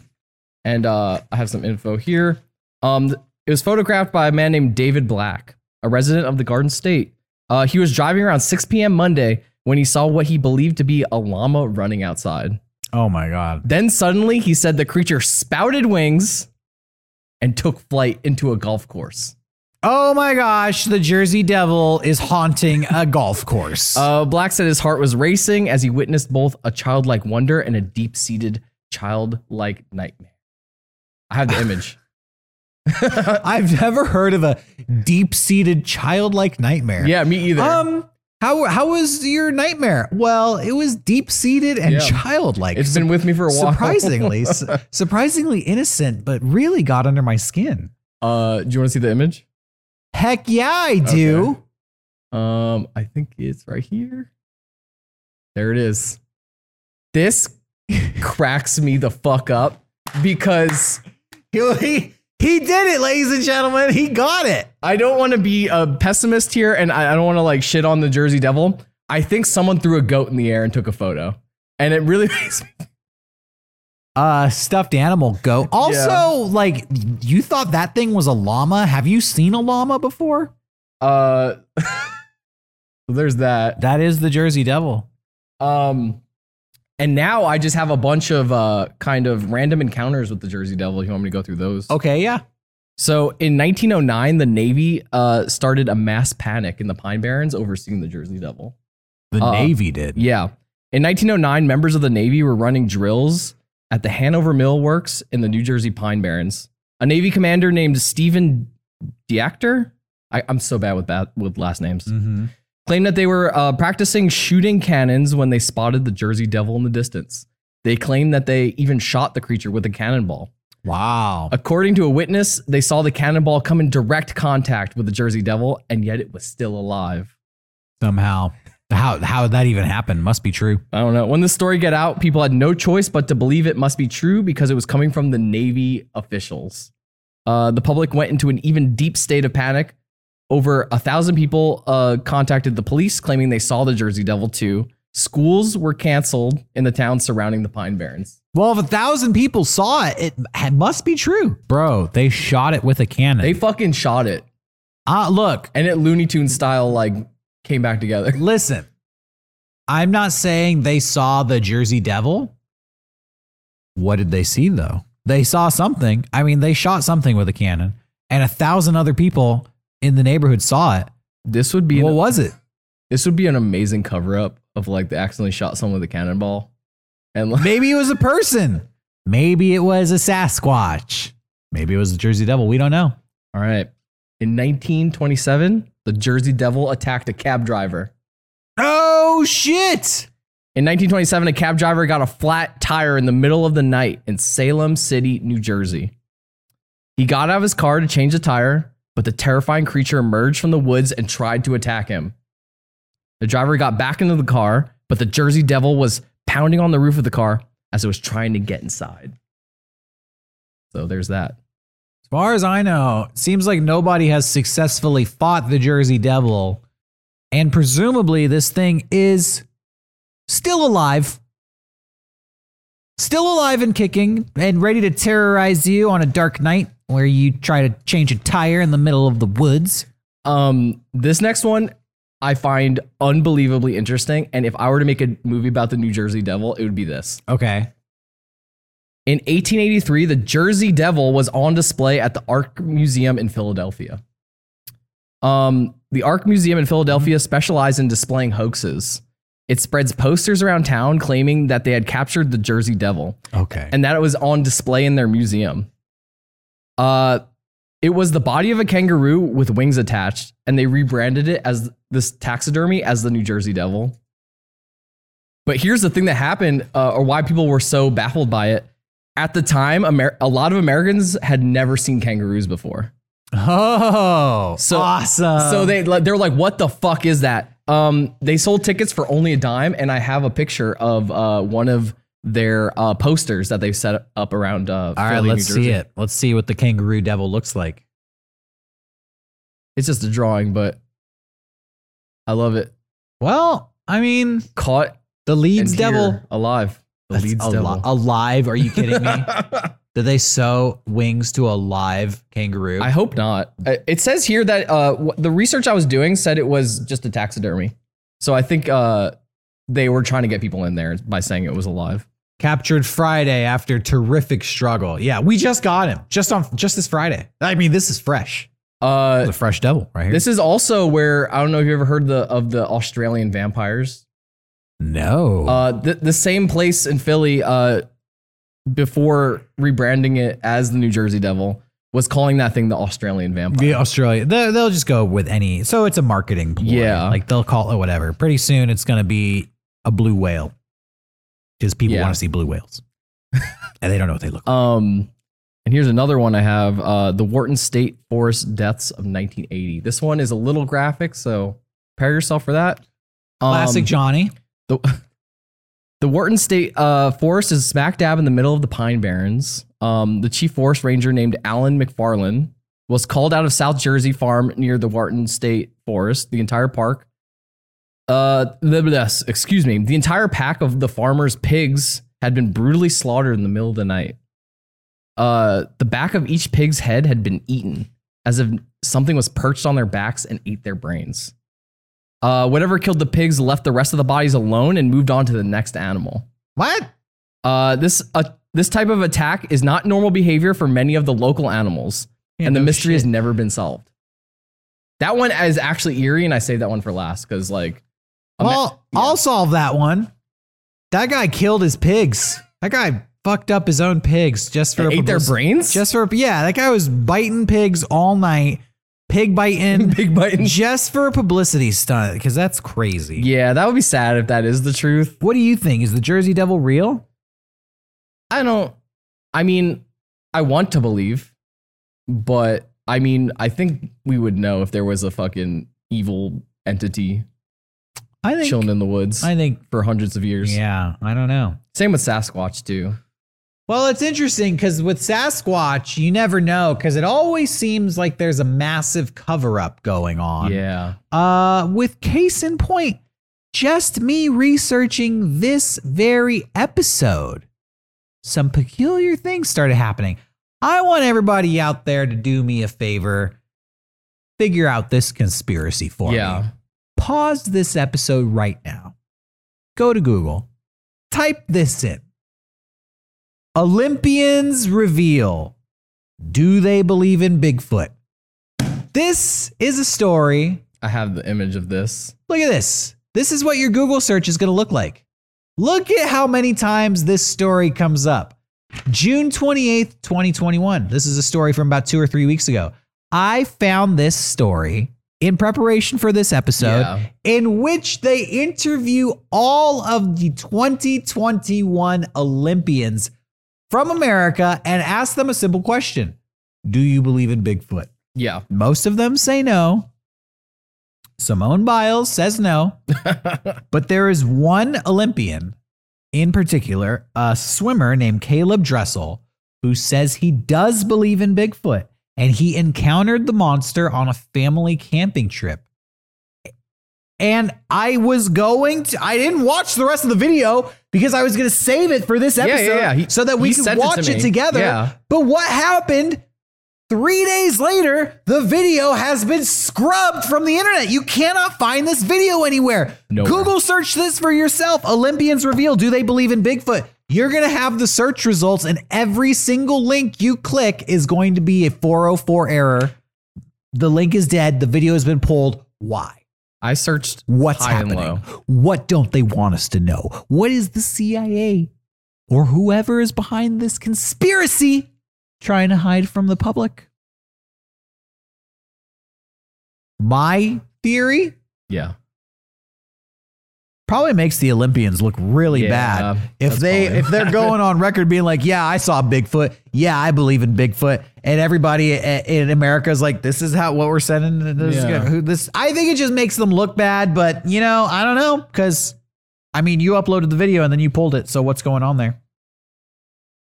S2: and uh, I have some info here. Um, it was photographed by a man named David Black, a resident of the Garden State. Uh, he was driving around 6 p.m. Monday when he saw what he believed to be a llama running outside.
S1: oh my God.
S2: Then suddenly he said the creature spouted wings and took flight into a golf course.
S1: Oh my gosh, the Jersey Devil is haunting a golf course.
S2: Uh, Black said his heart was racing as he witnessed both a childlike wonder and a deep seated childlike nightmare. I have the image.
S1: I've never heard of a deep-seated childlike nightmare.
S2: yeah, me either.
S1: Um, how how was your nightmare? Well, it was deep-seated and
S2: Yeah.
S1: childlike.
S2: it's been with me for a while.
S1: surprisingly, su- surprisingly innocent, but really got under my skin.
S2: Uh, do you want to see the image?
S1: Heck yeah, I do. <laughs>
S2: Okay. <laughs> Um, I think it's right here. There it is. This <laughs> cracks me the fuck up because
S1: He, he did it, ladies and gentlemen. He got it.
S2: I don't want to be uh, a pessimist here, and I I don't want to like shit on the Jersey Devil. I think someone threw a goat in the air and took a photo, and it really <laughs> makes me.
S1: Uh, stuffed animal
S2: <laughs>
S1: goat. Also, like you thought that thing was a llama. Have you seen a llama before?
S2: Uh, <laughs> there's that.
S1: That is the Jersey Devil.
S2: Um, and now I just have a bunch of uh kind of random encounters with the Jersey Devil. You want me to go through those?
S1: Okay, yeah.
S2: So in 1909, the Navy uh, started a mass panic in the Pine Barrens overseeing the Jersey Devil.
S1: The
S2: Uh,
S1: Navy did.
S2: Yeah. In 1909, members of the Navy were running drills at the Hanover Mill Works in the New Jersey Pine Barrens. A Navy commander named Stephen Deactor, I, I'm so bad with that with last names,
S1: Mhm.
S2: claimed that they were uh, practicing shooting cannons when they spotted the Jersey Devil in the distance. They claimed that they even shot the creature with a cannonball.
S1: Wow.
S2: According to a witness, they saw the cannonball come in direct contact with the Jersey Devil, and yet it was still alive.
S1: Somehow, how how that even happened must be true.
S2: I don't know. When the story got out, people had no choice but to believe it must be true because it was coming from the Navy officials. Uh, the public went into an even deep state of panic. Over a thousand people uh, contacted the police, claiming they saw the Jersey Devil too. Schools were canceled in the towns surrounding the Pine Barrens.
S1: Well, if a thousand people saw it, it ha- must be true, bro. They shot it with a cannon.
S2: They fucking shot it,
S1: Ah, look,
S2: and it Looney Tunes style like came back together. <laughs>
S1: listen. I'm not saying they saw the Jersey Devil. What did they see though? They saw something. I mean, they shot something with a cannon, and a thousand other people in the neighborhood saw it.
S2: This would be an
S1: What was it?
S2: This would be an amazing cover up of like they accidentally shot someone with a cannonball. And like,
S1: Maybe it was a person. Maybe it was a Sasquatch. Maybe it was the Jersey Devil. We don't know.
S2: all right. In 1927, the Jersey Devil attacked a cab driver.
S1: Oh shit!
S2: In 1927, a cab driver got a flat tire in the middle of the night in Salem City, New Jersey. He got out of his car to change the tire, but the terrifying creature emerged from the woods and tried to attack him. The driver got back into the car, but the Jersey Devil was pounding on the roof of the car as it was trying to get inside. So there's that.
S1: As far as I know, it seems like nobody has successfully fought the Jersey Devil, and presumably this thing is still alive, still alive and kicking, and ready to terrorize you on a dark night where you try to change a tire in the middle of the woods.
S2: Um, this next one I find unbelievably interesting, and if I were to make a movie about the New Jersey Devil, it would be this.
S1: Okay.
S2: In 1883, the Jersey Devil was on display at the Ark Museum in Philadelphia. Um, the Ark Museum in Philadelphia specialized in displaying hoaxes. It spreads posters around town claiming that they had captured the Jersey Devil
S1: Okay.
S2: and that it was on display in their museum. Uh, it was the body of a kangaroo with wings attached, and they rebranded it as this taxidermy as the New Jersey Devil. But here's the thing that happened, uh, or why people were so baffled by it. At the time, Amer- a lot of Americans had never seen kangaroos before.
S1: Oh,
S2: So-
S1: awesome.
S2: so they they're like, "What the fuck is that?" Um, they sold tickets for only a dime, and I have a picture of uh, one of their uh, posters that they've set up around. Uh,
S1: All right,
S2: Philly,
S1: let's
S2: New
S1: see
S2: Jersey.
S1: it. Let's see what the kangaroo devil looks like.
S2: It's just a drawing, but I love it.
S1: Well, I mean,
S2: Caught
S1: the Leeds
S2: and
S1: devil.
S2: here, alive. The
S1: That's
S2: Leeds
S1: a
S2: devil.
S1: li- alive? Are you kidding
S2: <laughs>
S1: me? Did they sew wings to a live kangaroo?
S2: I hope not. Uh, It says here that uh, wh- the research I was doing said it was just a taxidermy. So I think uh, they were trying to get people in there by saying it was alive.
S1: Captured Friday after terrific struggle. Yeah, we just got him just on just this Friday. I mean, this is fresh.
S2: Uh,
S1: It's a fresh devil right here.
S2: This is also where I don't know if you ever heard the of the Australian vampires.
S1: no.
S2: Uh, the the same place in Philly. Uh, before rebranding it as the New Jersey Devil, was calling that thing the Australian vampire.
S1: the Australia, they, they'll just go with any. So it's a marketing ploy.
S2: Yeah.
S1: Like they'll call it whatever. Pretty soon it's going to be a blue whale because people
S2: Yeah.
S1: want to see blue whales <laughs> and they don't know what they look like.
S2: Um, and here's another one I have: uh, the Wharton State Forest deaths of 1980. This one is a little graphic, so prepare yourself for that. Um,
S1: Classic Johnny.
S2: The, the Wharton State uh, Forest is smack dab in the middle of the Pine Barrens. Um, the chief forest ranger named Alan McFarlane was called out of South Jersey Farm near the Wharton State Forest. The entire park, uh, the- yes, excuse me, the entire pack of the farmer's pigs had been brutally slaughtered in the middle of the night. Uh, the back of each pig's head had been eaten, as if something was perched on their backs and ate their brains. Uh, whatever killed the pigs left the rest of the bodies alone and moved on to the next animal.
S1: What?
S2: Uh, this, uh, this type of attack is not normal behavior for many of the local animals, and the mystery has never been solved. That one is actually eerie, and I saved that one for last because, like, ima-
S1: Well,
S2: yeah.
S1: I'll solve that one. That guy killed his pigs. That guy fucked up his own pigs just for
S2: they ate their
S1: publicity-
S2: brains. <laughs>
S1: Just for yeah, that guy was biting pigs all night, pig
S2: <laughs>
S1: biting,
S2: big button.
S1: just for a publicity stunt because that's crazy.
S2: Yeah, that would be sad if that is the truth.
S1: What do you think? Is the Jersey Devil real?
S2: I don't. I mean, I want to believe, but I mean, I think we would know if there was a fucking evil entity
S1: I think.
S2: chilling in the woods
S1: I think.
S2: for hundreds of years.
S1: Yeah, I don't know.
S2: Same with Sasquatch too.
S1: Well, it's interesting because with Sasquatch, you never know because it always seems like there's a massive cover up going on.
S2: Yeah.
S1: Uh, with case in point, just me researching this very episode, some peculiar things started happening. I want everybody out there to do me a favor. Figure out this conspiracy for me.
S2: Yeah.
S1: Pause this episode right now. Go to Google. Type this in. Olympians reveal. Do they believe in Bigfoot? This is a story
S2: I have the image of this.
S1: Look at this. This is what your Google search is going to look like. Look at how many times this story comes up. June 28th, 2021. This is a story from about two or three weeks ago. I found this story in preparation for this episode
S2: Yeah.
S1: in which they interview all of the 2021 Olympians from America and ask them a simple question Do you believe in Bigfoot?
S2: Yeah.
S1: Most of them say no. Simone Biles says no.
S2: <laughs>
S1: but there is one Olympian in particular, a swimmer named Caleb Dressel, who says he does believe in Bigfoot and he encountered the monster on a family camping trip. And I was going to, I didn't watch the rest of the video because I was going to save it for this
S2: Yeah, yeah,
S1: episode
S2: yeah. He-
S1: so that we
S2: he
S1: could
S2: sent it to
S1: watch it
S2: me.
S1: together.
S2: Yeah.
S1: But what happened Three days later, the video has been scrubbed from the internet. You cannot find this video anywhere.
S2: Nowhere.
S1: Google search this for yourself. Olympians reveal do they believe in Bigfoot? You're going to have the search results, and every single link you click is going to be a 404 error. The link is dead. The video has been pulled. Why?
S2: I searched
S1: What's
S2: high
S1: happening?
S2: and low.
S1: What don't they want us to know? What is the CIA or whoever is behind this conspiracy trying to hide from the public? My theory
S2: Yeah.
S1: probably makes the Olympians look really
S2: Yeah,
S1: bad if
S2: that's
S1: they
S2: probably-
S1: if
S2: <laughs>
S1: they're going on record being like, "Yeah, I saw Bigfoot. Yeah, I believe in Bigfoot," and everybody i- in America is like, "This is how what we're sending." This, is
S2: Yeah.
S1: gonna- who this I think it just makes them look bad, but you know, I don't know because I mean, you uploaded the video and then you pulled it, so what's going on there?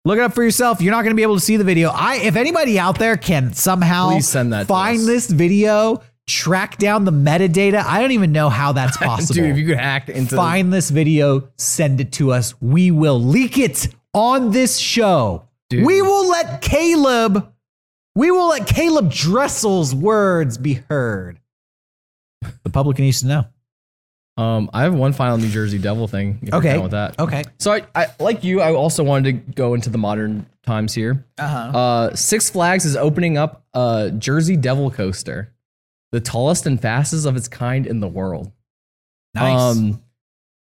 S1: Look it up for yourself. You're not going to be able to see the video. I, if anybody out there can somehow
S2: Please send that to
S1: find
S2: us.
S1: this video, track down the metadata. I don't even know how that's possible
S2: <laughs> Dude, if you could hack into
S1: find this video, send it to us. We will leak it on this show.
S2: Dude.
S1: We will let Caleb, we will let Caleb Dressel's words be heard. The public needs to know.
S3: Um, I have one final New Jersey Devil thing. if you're
S1: Okay.
S3: down with that.
S1: Okay.
S3: So I, I like you. I also wanted to go into the modern times here.
S1: Uh,
S3: Uh-huh. Six Flags is opening up a Jersey Devil coaster, the tallest and fastest of its kind in the world.
S1: Nice.
S3: Um,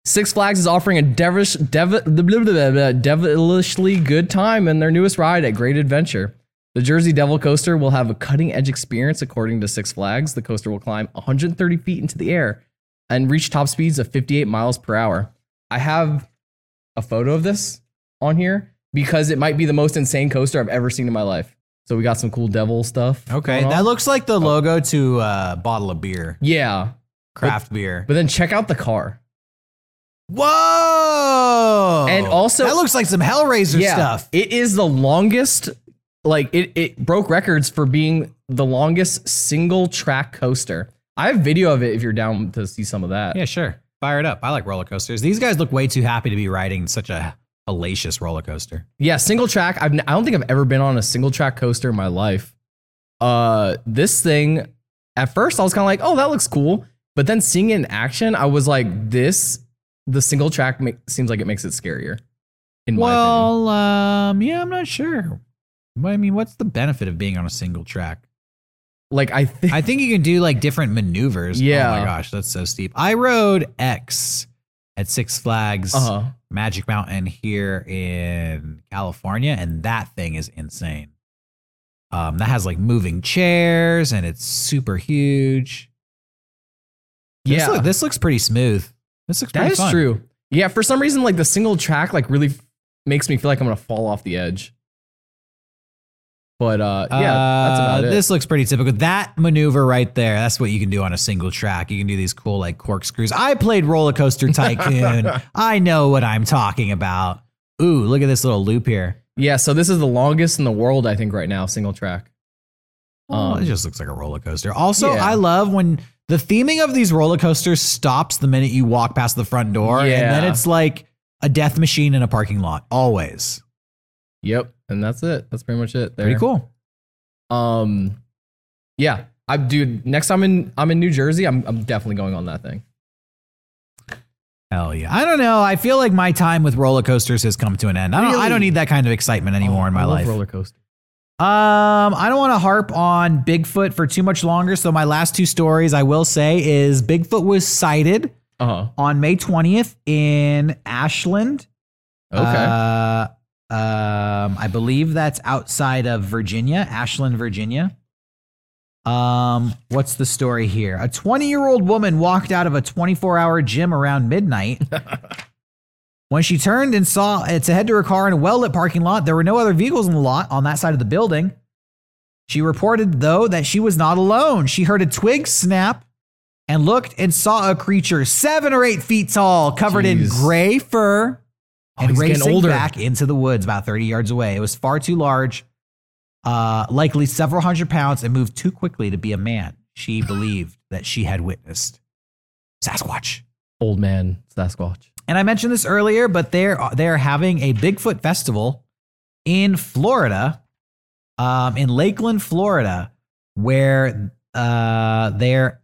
S3: Six Flags is offering a devilish, devi- blah, blah, blah, blah, devilishly good time in their newest ride at Great Adventure. The Jersey Devil coaster will have a cutting edge experience, according to Six Flags. The coaster will climb 130 feet into the air and reach top speeds of 58 miles per hour. I have a photo of this on here because it might be the most insane coaster I've ever seen in my life. So we got some cool devil stuff.
S1: okay.
S3: going on.
S1: That looks like the logo to uh, bottle of beer,
S3: yeah.
S1: craft beer.
S3: But then check out the car.
S1: Whoa!
S3: And also-
S1: that looks like some Hellraiser stuff.
S3: It is the longest, like it it broke records for being the longest single track coaster. I have video of it if you're down to see some of that.
S1: Yeah, sure. Fire it up. I like roller coasters. These guys look way too happy to be riding such a hellacious roller coaster.
S3: Yeah, single track. I've n- I don't think I've ever been on a single track coaster in my life. Uh, this thing. At first, I was kind of like, "Oh, that looks cool," but then seeing it in action, I was like, "This." The single track ma- seems like it makes it scarier. In my opinion.
S1: Well, um, yeah, I'm not sure. Well, I mean, what's the benefit of being on a single track?
S3: like I think
S1: I think you can do like different maneuvers. Oh
S3: Yeah.
S1: my gosh, that's so steep. I rode X at Six Flags
S3: uh huh.
S1: Magic Mountain here in California, and that thing is insane. Um, that has like moving chairs and it's super huge. This,
S3: Yeah.
S1: look- this looks pretty smooth. This looks
S3: That
S1: pretty
S3: is
S1: fun.
S3: true. Yeah, for some reason, like the single track, like really f- makes me feel like I'm gonna fall off the edge. But uh, yeah, that's about
S1: Uh,
S3: it.
S1: This looks pretty typical. That maneuver right there, that's what you can do on a single track. You can do these cool like corkscrews. I played Roller Coaster Tycoon.
S3: <laughs>
S1: I know what I'm talking about. Ooh, look at this little loop here.
S3: yeah, so this is the longest in the world, I think, right now, single track.
S1: Oh,
S3: Um,
S1: it just looks like a roller coaster. Also,
S3: yeah.
S1: I love when the theming of these roller coasters stops the minute you walk past the front door, and then
S3: Yeah.
S1: it's like a death machine in a parking lot. Always
S3: Yep, and that's it. That's pretty much it. There.
S1: pretty cool.
S3: Um, yeah, I dude. Next time in I'm in New Jersey, I'm I'm definitely going on that thing.
S1: Hell yeah! I don't know. I feel like my time with roller coasters has come to an end. I don't. I don't need that kind of excitement anymore in my
S3: Oh, I love
S1: life.
S3: roller coaster.
S1: Um, I don't want to harp on Bigfoot for too much longer. So my last two stories I will say is Bigfoot was sighted
S3: Uh huh.
S1: on May 20th in Ashland.
S3: Okay.
S1: Uh, um, I believe that's outside of Virginia, Ashland, Virginia. Um, what's the story here? A 20 year old woman walked out of a 24 hour gym around
S3: <laughs>
S1: midnight. when she turned and saw it to head to her car in a well lit parking lot, there were no other vehicles in the lot on that side of the building. She reported, though, that she was not alone. She heard a twig snap and looked and saw a creature seven or eight feet tall, covered in
S3: Jeez.
S1: gray fur and
S3: Oh, he's getting
S1: racing
S3: older.
S1: back into the woods about 30 yards away. It was far too large, uh, likely several hundred pounds, and moved too quickly to be a man. She believed that she had witnessed Sasquatch.
S3: Old man Sasquatch.
S1: And I mentioned this earlier, but they're they're having a Bigfoot festival in Florida, um, in Lakeland, Florida, where uh, they're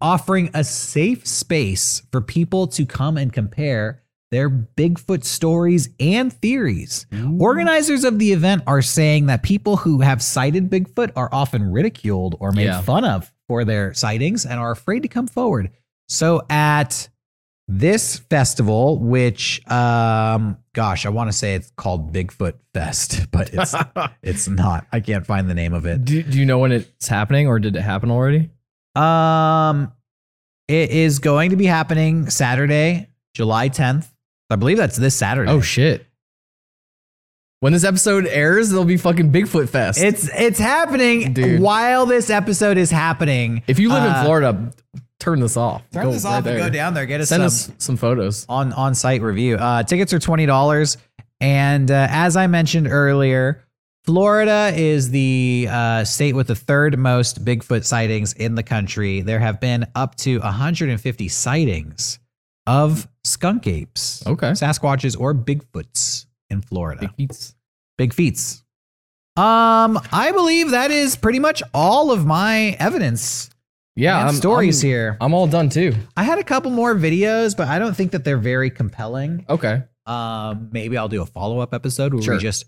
S1: offering a safe space for people to come and compare their Bigfoot stories and theories. Organizers of the event are saying that people who have sighted Bigfoot are often ridiculed or made
S3: Yeah.
S1: fun of for their sightings and are afraid to come forward. So at this festival, which um gosh, I want to say it's called Bigfoot Fest, <laughs> but
S2: <laughs>
S1: it's it's not. I can't find the name of it.
S3: do Do you know when it's happening, or did it happen already?
S1: Um, it is going to be happening Saturday, July 10th. I believe that's this Saturday.
S3: Oh shit. When this episode airs, there'll be fucking Bigfoot Fest.
S1: it's it's happening
S3: Dude.
S1: while this episode is happening.
S3: if you live
S1: Uh,
S3: in Florida, turn this off.
S1: turn this off and go down there. Get us
S3: Send
S1: some
S3: us some photos.
S1: on on site review. Uh, tickets are twenty dollars, and uh, as I mentioned earlier, Florida is the uh, state with the third most Bigfoot sightings in the country. There have been up to one hundred and fifty sightings of skunk apes,
S3: Okay.
S1: Sasquatches, or Bigfoots in Florida.
S3: Beats.
S1: Big feats. Um, I believe that is pretty much all of my evidence
S2: Yeah,
S1: Man,
S2: I'm,
S1: stories
S2: I'm-
S1: here.
S2: I'm all done too.
S1: I had a couple more videos, but I don't think that they're very compelling.
S2: Okay.
S1: Um, maybe I'll do a follow up episode where
S2: Sure.
S1: we just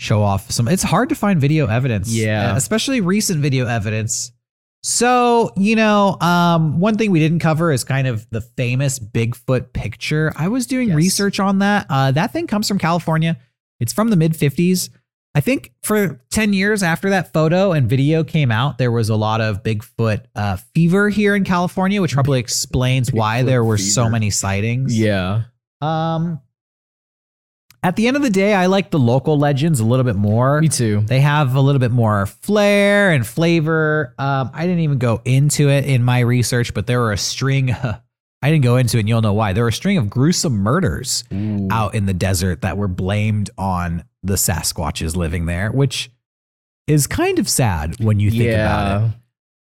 S1: show off some. It's hard to find video evidence,
S2: Yeah.
S1: uh, especially recent video evidence. So you know, um, one thing we didn't cover is kind of the famous Bigfoot picture. I was doing
S2: Yes.
S1: research on that. Uh, that thing comes from California. It's from the mid '50s. I think for 10 years after that photo and video came out, there was a lot of Bigfoot uh, fever here in California, which
S2: <laughs>
S1: probably explains why
S2: Bigfoot
S1: there were so
S2: fever.
S1: many sightings.
S2: Yeah.
S1: Um, at the end of the day, I like the local legends a little bit more.
S2: Me too.
S1: They have a little bit more flair and flavor. Um, I didn't even go into it in my research, but there were a string. <laughs> I didn't go into it, and you'll know why. There were a string of gruesome murders out in the desert that were blamed on the Sasquatches living there, which is kind of sad when you think about it.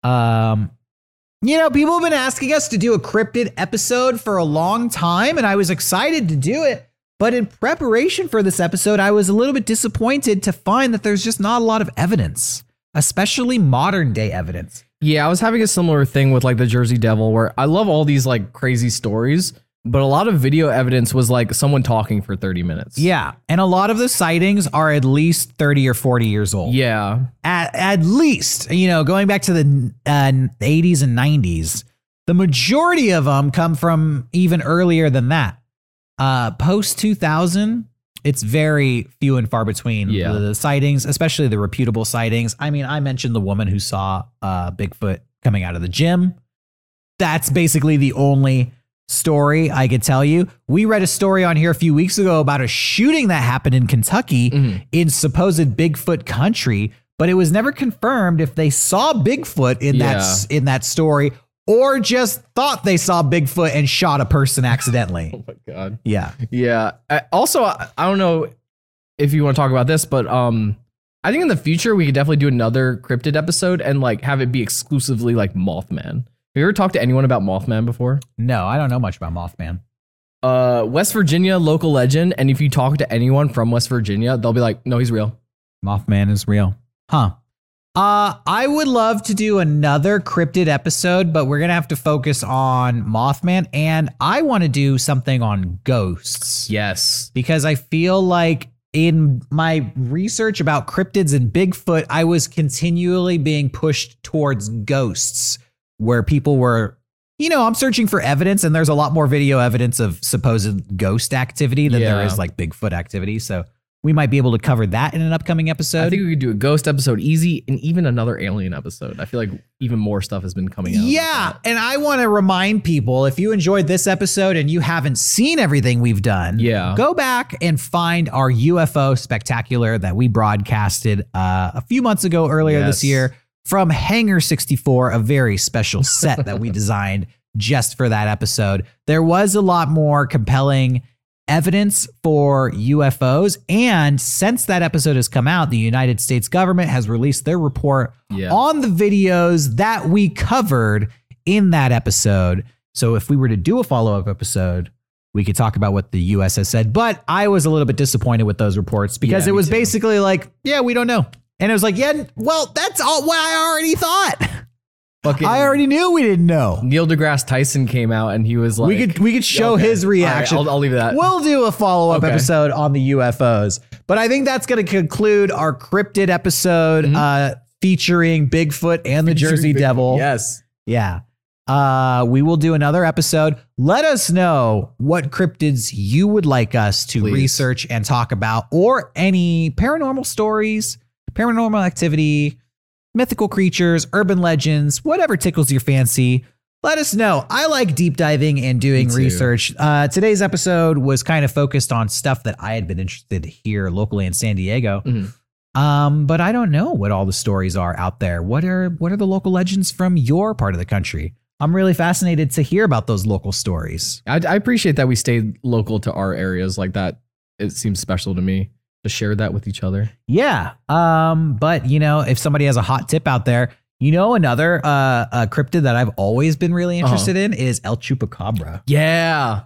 S2: yeah.
S1: Um, you know, people have been asking us to do a cryptid episode for a long time, and I was excited to do it. But in preparation for this episode, I was a little bit disappointed to find that there's just not a lot of evidence, especially modern day evidence.
S2: Yeah, I was having a similar thing with like the Jersey Devil where I love all these like crazy stories, but a lot of video evidence was like someone talking for 30 minutes.
S1: Yeah. And a lot of the sightings are at least 30 or 40 years old.
S2: Yeah.
S1: at, at least, you know, going back to the uh, 80s and 90s, the majority of them come from even earlier than that. Uh, Post 2000, it's very few and far between
S2: Yeah.
S1: the, the sightings, especially the reputable sightings. I mean, I mentioned the woman who saw uh, Bigfoot coming out of the gym. That's basically the only story I could tell you. We read a story on here a few weeks ago about a shooting that happened in Kentucky
S2: Mhm.
S1: in supposed Bigfoot country, but it was never confirmed if they saw Bigfoot in that
S2: Yeah.
S1: s- in that story or just thought they saw Bigfoot and shot a person
S2: <laughs>
S1: accidentally.
S2: Oh my god.
S1: yeah.
S2: Yeah. I, also, I, I don't know if you want to talk about this, but um, I think in the future we could definitely do another cryptid episode and like have it be exclusively like Mothman. Have you ever talked to anyone about Mothman before?
S1: No, I don't know much about Mothman.
S2: Uh, West Virginia local legend, and if you talk to anyone from West Virginia, they'll be like, "No, he's real."
S1: Mothman is real. Huh. Uh, I would love to do another cryptid episode, but we're going to have to focus on Mothman and I want to do something on ghosts.
S2: Yes.
S1: because I feel like in my research about cryptids and Bigfoot, I was continually being pushed towards ghosts, where people were, you know, I'm searching for evidence, and there's a lot more video evidence of supposed ghost activity than there
S2: Yeah.
S1: is like Bigfoot activity. So we might be able to cover that in an upcoming episode.
S2: I think we could do a ghost episode easy and even another alien episode. I feel like even more stuff has been coming out.
S1: Yeah, and I want to remind people if you enjoyed this episode and you haven't seen everything we've done,
S2: Yeah.
S1: go back and find our UFO spectacular that we broadcasted uh, a few months ago earlier this
S2: Yes.
S1: year from Hangar 64, a very special set that we <laughs> designed just for that episode. There was a lot more compelling evidence for UFOs and since that episode has come out, the United States government has released their report
S2: Yeah.
S1: on the videos that we covered in that episode. So if we were to do a follow up episode, we could talk about what the US has said. But I was a little bit disappointed with those reports because
S2: Yeah,
S1: it
S2: me
S1: was
S2: too.
S1: basically like, yeah, we don't know. And it was like, yeah, well, that's all what I already thought.
S2: Fucking
S1: I already knew we didn't know.
S2: Neil deGrasse Tyson came out and he was like,
S1: we could we could show
S2: Okay.
S1: his
S2: All right,
S1: reaction.
S2: I'll, I'll leave that.
S1: We'll do a follow up
S2: Okay.
S1: episode on the UFOs. But I think that's going to conclude our cryptid episode
S2: Mhm.
S1: uh, featuring Bigfoot and the
S2: Featuring
S1: Jersey
S2: Bigfoot.
S1: Devil.
S2: Yes.
S1: Yeah. Uh, we will do another episode. Let us know what cryptids you would like us to
S2: Please.
S1: research and talk about, or any paranormal stories, paranormal activity, mythical creatures, urban legends, whatever tickles your fancy. Let us know. I like deep diving and doing
S2: Me too.
S1: research. Uh, today's episode was kind of focused on stuff that I had been interested here locally in San Diego.
S2: Mhm.
S1: Um, but I don't know what all the stories are out there. What are what are the local legends from your part of the country? I'm really fascinated to hear about those local stories.
S2: I, I appreciate that we stayed local to our areas like that. It seems special to me to share that with each other.
S1: Yeah. Um, but you know, if somebody has a hot tip out there, you know, another uh, uh cryptid that I've always been really
S2: Uh-huh.
S1: interested in is El Chupacabra.
S2: Yeah.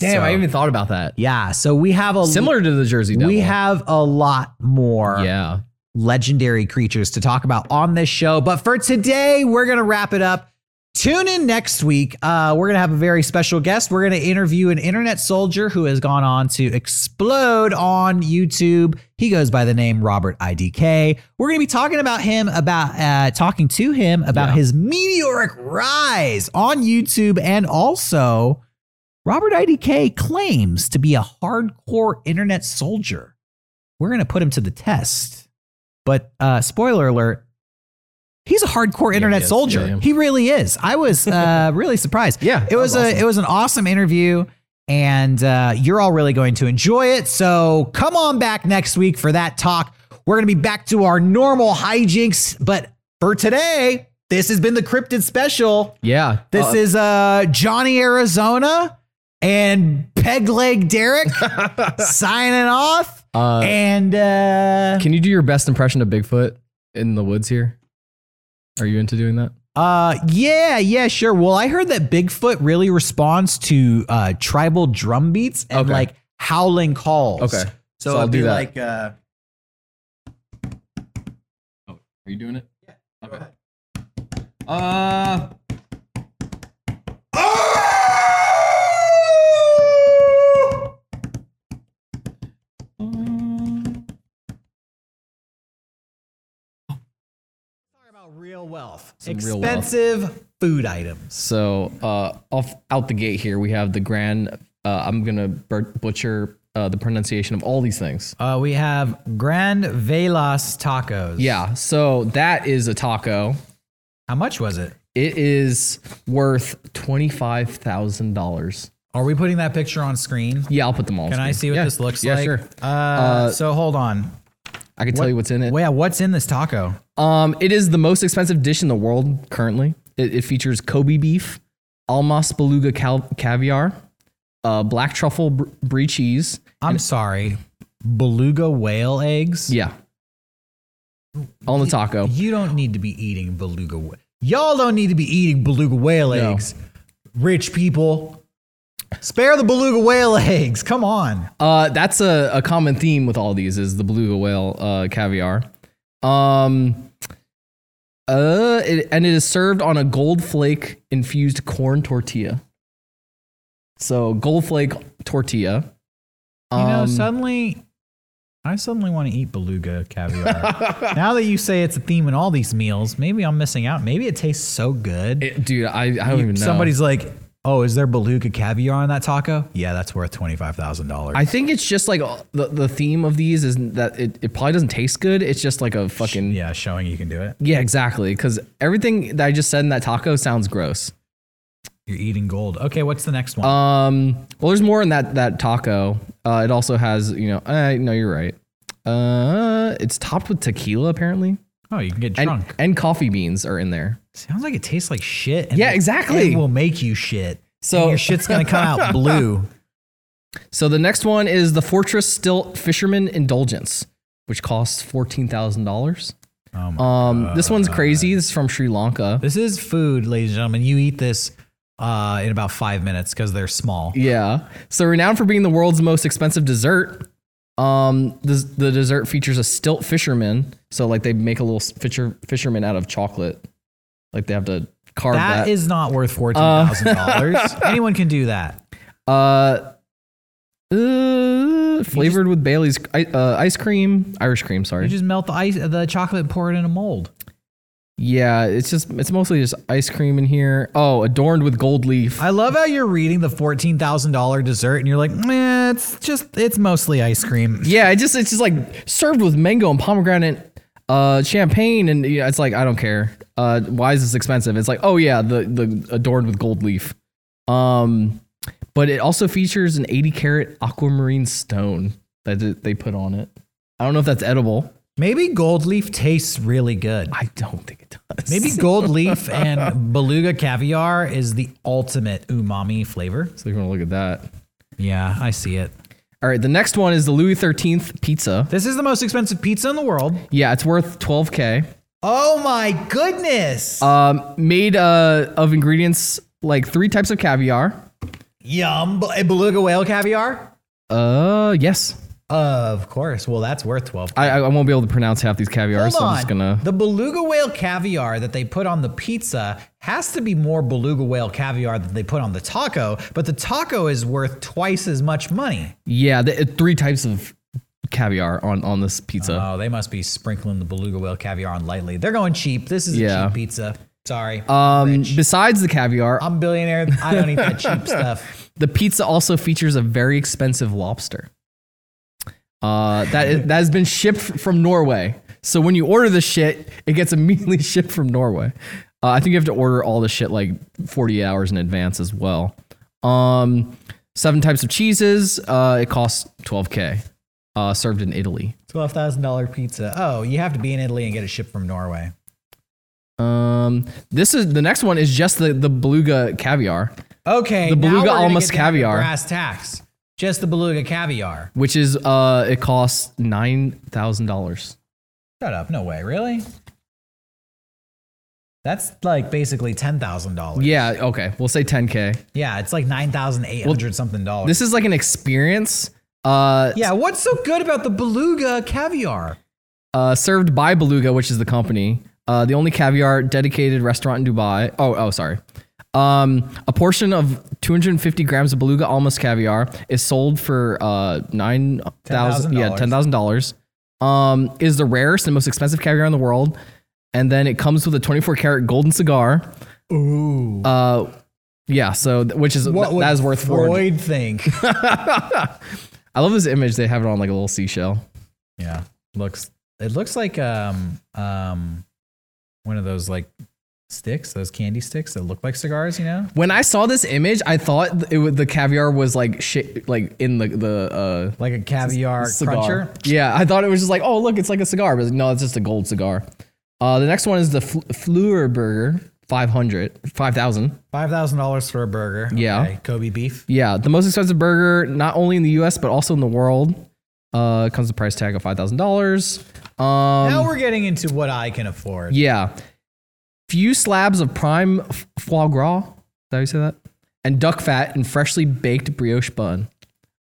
S2: Damn, I
S1: So-
S2: even thought about that.
S1: Yeah. So we have a
S2: Similar to the Jersey Devil.
S1: We have a lot more
S2: Yeah.
S1: legendary creatures to talk about on this show. But for today, we're going to wrap it up. Tune in next week. Uh, we're going to have a very special guest. We're going to interview an internet soldier who has gone on to explode on YouTube. He goes by the name Robert IDK. We're going to be talking about him, about uh, talking to him about his meteoric rise on YouTube. And also, Robert IDK claims to be a hardcore internet soldier. We're going to put him to the test. But uh, spoiler alert, he's a hardcore internet
S2: he is.
S1: soldier.
S2: Yeah, yeah.
S1: He really is. I was uh, really surprised.
S2: Yeah,
S1: it was,
S2: that was
S1: a it was an awesome interview, and uh, you're all really going to enjoy it. So come on back next week for that talk. We're gonna be back to our normal hijinks, but for today, this has been the cryptid special.
S2: Yeah.
S1: This is uh, Johnny Arizona and Peg Leg Derek signing off,
S2: Uh,
S1: and uh,
S2: Can you do your best impression of Bigfoot in the woods here? Are you into doing that?
S1: Uh, yeah, yeah, sure. Well, I heard that Bigfoot really responds to uh tribal drum beats and
S2: Okay.
S1: like howling calls.
S2: Okay.
S1: So,
S2: So I'll
S1: it'd
S2: do
S1: be
S2: that.
S1: like uh
S2: Are you doing it? Yeah. Okay. Uh.
S1: real wealth.
S2: Some real wealth.
S1: Expensive food items.
S2: So uh, off out the gate here, we have the grand. Uh, I'm gonna bur- butcher uh, the pronunciation of all these things.
S1: Uh we have Grand Velas tacos.
S2: Yeah. So that is a taco.
S1: How much was it?
S2: It is worth twenty five thousand dollars.
S1: Are we putting that picture on screen?
S2: Yeah, I'll put them all. on
S1: Can I
S2: screen.
S1: see what
S2: Yeah.
S1: this looks
S2: yeah,
S1: like?
S2: sure.
S1: Uh, so hold on.
S2: I can tell you what's in it.
S1: Well, yeah, what's in this taco?
S2: Um, it is the most expensive dish in the world currently. It, it features Kobe beef, Almas beluga cal- caviar, uh, black truffle br- brie cheese.
S1: I'm sorry. Beluga whale eggs?
S2: Yeah, on the taco.
S1: You don't need to be eating beluga. wh- Y'all don't need to be eating beluga whale
S2: No.
S1: eggs. Rich people, spare the beluga whale <laughs> eggs. Come on.
S2: Uh, that's a, a common theme with all these is the beluga whale uh, caviar. Um, uh, it- and it is served on a gold flake infused corn tortilla. So gold flake tortilla.
S1: You know,
S2: Um,
S1: suddenly, I suddenly want to eat beluga
S2: <laughs>
S1: caviar. now that you say it's a theme in all these meals, maybe I'm missing out. Maybe it tastes so good.
S2: it- dude, I, I don't even know.
S1: Somebody's like, "Oh, is there beluga caviar on that taco?" Yeah, that's worth twenty five thousand dollars.
S2: I think it's just like uh, the, the theme of these is that it, it probably doesn't taste good. It's just like a fucking. Yeah,
S1: Yeah, showing you can do it.
S2: exactly. Because everything that I just said in that taco sounds gross.
S1: You're eating gold. Okay, what's the next one?
S2: Um, well, there's more in that, that taco. Uh, it also has, you know, I no, you're right. Uh, it's topped with tequila apparently,
S1: oh, you can get
S2: and
S1: drunk.
S2: and coffee beans are in there.
S1: Sounds like it tastes like shit. and
S2: Yeah,
S1: it-
S2: exactly.
S1: It will make you shit. So
S2: So-
S1: your shit's gonna come
S2: <laughs>
S1: out blue.
S2: So the next one is the Fortress Still Fisherman Indulgence, which costs fourteen thousand dollars.
S1: Oh my
S2: Um, this one's crazy. This is from Sri Lanka.
S1: This is food, ladies and gentlemen. You eat this uh, in about five minutes because they're small.
S2: Yeah. So renowned for being the world's most expensive dessert. Um, this, the dessert features a stilt fisherman. So like they make a little fisher, fisherman out of chocolate. Like they have to carve that.
S1: That is not worth fourteen thousand
S2: <laughs>
S1: dollars. Anyone can do that.
S2: uh, uh, flavored with Bailey's i- uh, ice cream, Irish cream. Sorry.
S1: You just melt the ice, the chocolate, and pour it in a mold.
S2: yeah, it's just it's mostly just ice cream in here. Oh, adorned with gold leaf.
S1: I love how you're reading the fourteen thousand dollar dessert and you're like, eh, it's just it's mostly ice cream.
S2: yeah, it just it's just like served with mango and pomegranate uh champagne and yeah, it's like I don't care. Uh why is this expensive? It's like, oh yeah, the the adorned with gold leaf. Um but it also features an 80 carat aquamarine stone that th- they put on it. I don't know if that's edible.
S1: Maybe gold leaf tastes really good.
S2: I don't think it does. <laughs>
S1: Maybe gold leaf and beluga caviar is the ultimate umami flavor.
S2: so you're gonna look at that.
S1: Yeah, I see it.
S2: All right, the next one is the Louis XIII pizza.
S1: This is the most expensive pizza in the world.
S2: Yeah, it's worth 12k.
S1: Oh my goodness.
S2: Um, made uh, of ingredients like three types of caviar.
S1: Yum. Bel- Beluga whale caviar?
S2: Uh, yes.
S1: Of course. Well, that's worth 12.
S2: I, I won't be able to pronounce half these caviar, so I'm just gonna.
S1: The beluga whale caviar that they put on the pizza has to be more beluga whale caviar than they put on the taco, but the taco is worth twice as much money.
S2: Yeah, the, three types of caviar on on this pizza.
S1: Oh, they must be sprinkling the beluga whale caviar on lightly. They're going cheap. This is
S2: Yeah.
S1: a cheap pizza. Sorry.
S2: um, besides the caviar,
S1: I'm a billionaire. I don't eat
S2: <laughs>
S1: that cheap stuff.
S2: the pizza also features a very expensive lobster. Uh, that is, that has been shipped from Norway. So when you order the shit, it gets immediately <laughs> shipped from Norway. Uh, I think you have to order all the shit like 48 hours in advance as well. Um, seven types of cheeses. Uh, it costs 12k. Uh, served in Italy.
S1: $12,000 pizza. Oh, you have to be in Italy and get it shipped from Norway.
S2: Um, this is the next one is just the the beluga caviar,
S1: Okay.
S2: The
S1: now
S2: beluga
S1: we're gonna
S2: almost
S1: get down to
S2: caviar.
S1: Brass tacks. Just the beluga caviar.
S2: which is uh, it costs nine thousand dollars.
S1: Shut up. No way. Really? That's like basically $10,000. Yeah.
S2: Yeah. Okay. We'll say 10k.
S1: It's like 9,800 something dollars.
S2: This is like an experience uh,
S1: yeah. What's so good about the beluga caviar?
S2: uh, served by Beluga, which is the company, uh, the only caviar dedicated restaurant in Dubai. Oh, oh, sorry. Um, a portion of 250 grams of Beluga almost caviar is sold for uh, nine thousand, yeah, ten thousand dollars. Um, is the rarest and most expensive caviar in the world, and then it comes with a 24 karat golden cigar. Ooh. Uh, yeah. So th- which is
S1: What would
S2: that is worth four.
S1: Freud think?
S2: I love this image. They have it on like a little seashell.
S1: <laughs> yeah. Looks. It looks like um um one of those like sticks, those candy sticks that look like cigars. You know.
S2: When I saw this image, I thought it was, the caviar was like shit, like in the the uh,
S1: like a caviar
S2: cigar.
S1: cruncher.
S2: Yeah, I thought it was just like, oh look, it's like a cigar, but no, it's just a gold cigar. Uh, the next one is the Fl- Fleur Burger 500, 5,000.
S1: Five thousand dollars for a burger.
S2: Yeah.
S1: Kobe beef.
S2: Yeah, the most expensive burger, not only in the U.S. but also in the world. Uh, it comes with a price tag of five thousand dollars. Um,
S1: now we're getting into what I can afford.
S2: Yeah. Few slabs of prime f- foie gras. Is that how you say that? And duck fat and freshly baked brioche bun.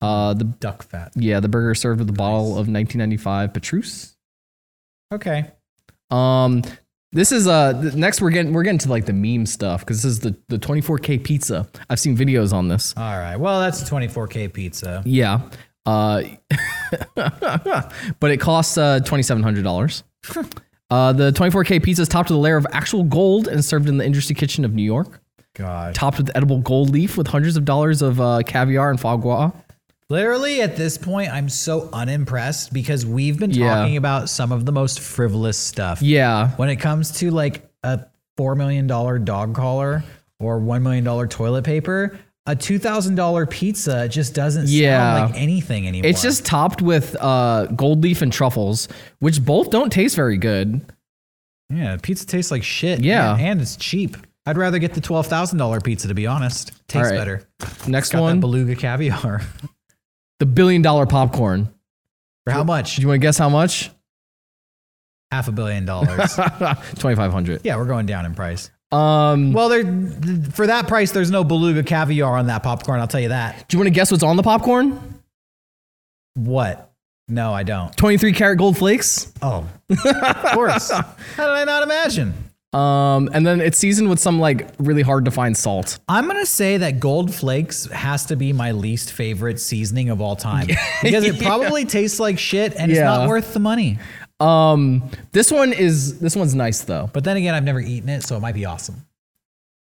S2: Uh, the
S1: Duck fat.
S2: yeah, the burger is served with a bottle of 1995 Petrus.
S1: Okay.
S2: Um, this is uh th- next we're getting we're getting to like the meme stuff because this is the the 24k pizza. I've seen videos on this.
S1: All right. Well, that's a 24k pizza.
S2: Yeah. Uh, <laughs> but it costs uh,
S1: <laughs>
S2: $2,700. uh, the 24K pizza is topped with a layer of actual gold and served in the industry kitchen of New York,
S1: God.
S2: topped with edible gold leaf with hundreds of dollars of uh, caviar and foie gras.
S1: Literally at this point, I'm so unimpressed because we've been
S2: Yeah.
S1: talking about some of the most frivolous stuff.
S2: Yeah.
S1: When it comes to like a four million dollar dog collar or one million dollar toilet paper, a two thousand dollar pizza just doesn't
S2: Yeah.
S1: sound like anything anymore.
S2: It's just topped with uh, gold leaf and truffles, which both don't taste very good.
S1: Yeah, pizza tastes like shit.
S2: Yeah.
S1: and, and it's cheap. I'd rather get the twelve thousand dollar pizza to be honest. Tastes
S2: right.
S1: better.
S2: Next
S1: Got that
S2: one,
S1: beluga caviar. <laughs>
S2: the billion dollar popcorn.
S1: For how much?
S2: Do you want to guess how much?
S1: Half a billion
S2: <laughs>
S1: dollars.
S2: 2500
S1: yeah, we're going down in price.
S2: Um,
S1: Well, there th- for that price, there's no beluga caviar on that popcorn. I'll tell you that.
S2: Do you want to guess what's on the popcorn?
S1: What? No, I don't.
S2: 23 karat gold flakes.
S1: Oh, of course. how did I not imagine?
S2: Um, and then it's seasoned with some like really hard to find salt.
S1: I'm gonna say that Gold Flakes has to be my least favorite seasoning of all
S2: <laughs>
S1: time because it probably tastes like shit and it's
S2: Yeah.
S1: not worth the money.
S2: Um, this one is this one's nice though.
S1: But then again, I've never eaten it, so it might be awesome.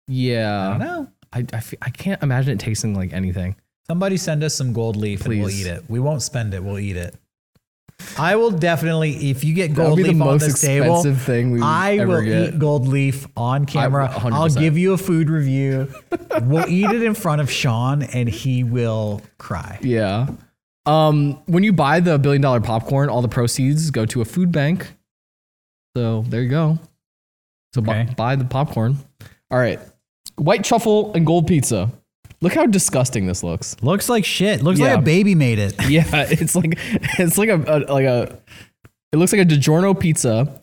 S2: Yeah,
S1: No.
S2: I I, fe- I can't imagine it tasting like anything.
S1: Somebody send us some gold leaf and we'll
S2: Please.
S1: eat it. We won't spend it. We'll eat it. I will definitely, if you get
S2: That would
S1: gold
S2: be the
S1: leaf on
S2: most
S1: this table,
S2: expensive thing we would
S1: I
S2: ever
S1: will
S2: get.
S1: eat gold leaf on camera.
S2: I-
S1: i
S2: 100%.
S1: will give you a food review. we'll eat it in front of Sean and he will cry.
S2: Yeah. Um, when you buy the billion dollar popcorn, all the proceeds go to a food bank. So there you go. So bu-
S1: Okay.
S2: buy the popcorn. All right, white truffle and gold pizza. Look how disgusting this
S1: <laughs>
S2: looks.
S1: Looks like shit. Looks
S2: Yeah.
S1: like a baby made it.
S2: Yeah,
S3: <laughs> Uh,
S2: it's like it's like a, a- like a. It looks like a DiGiorno pizza.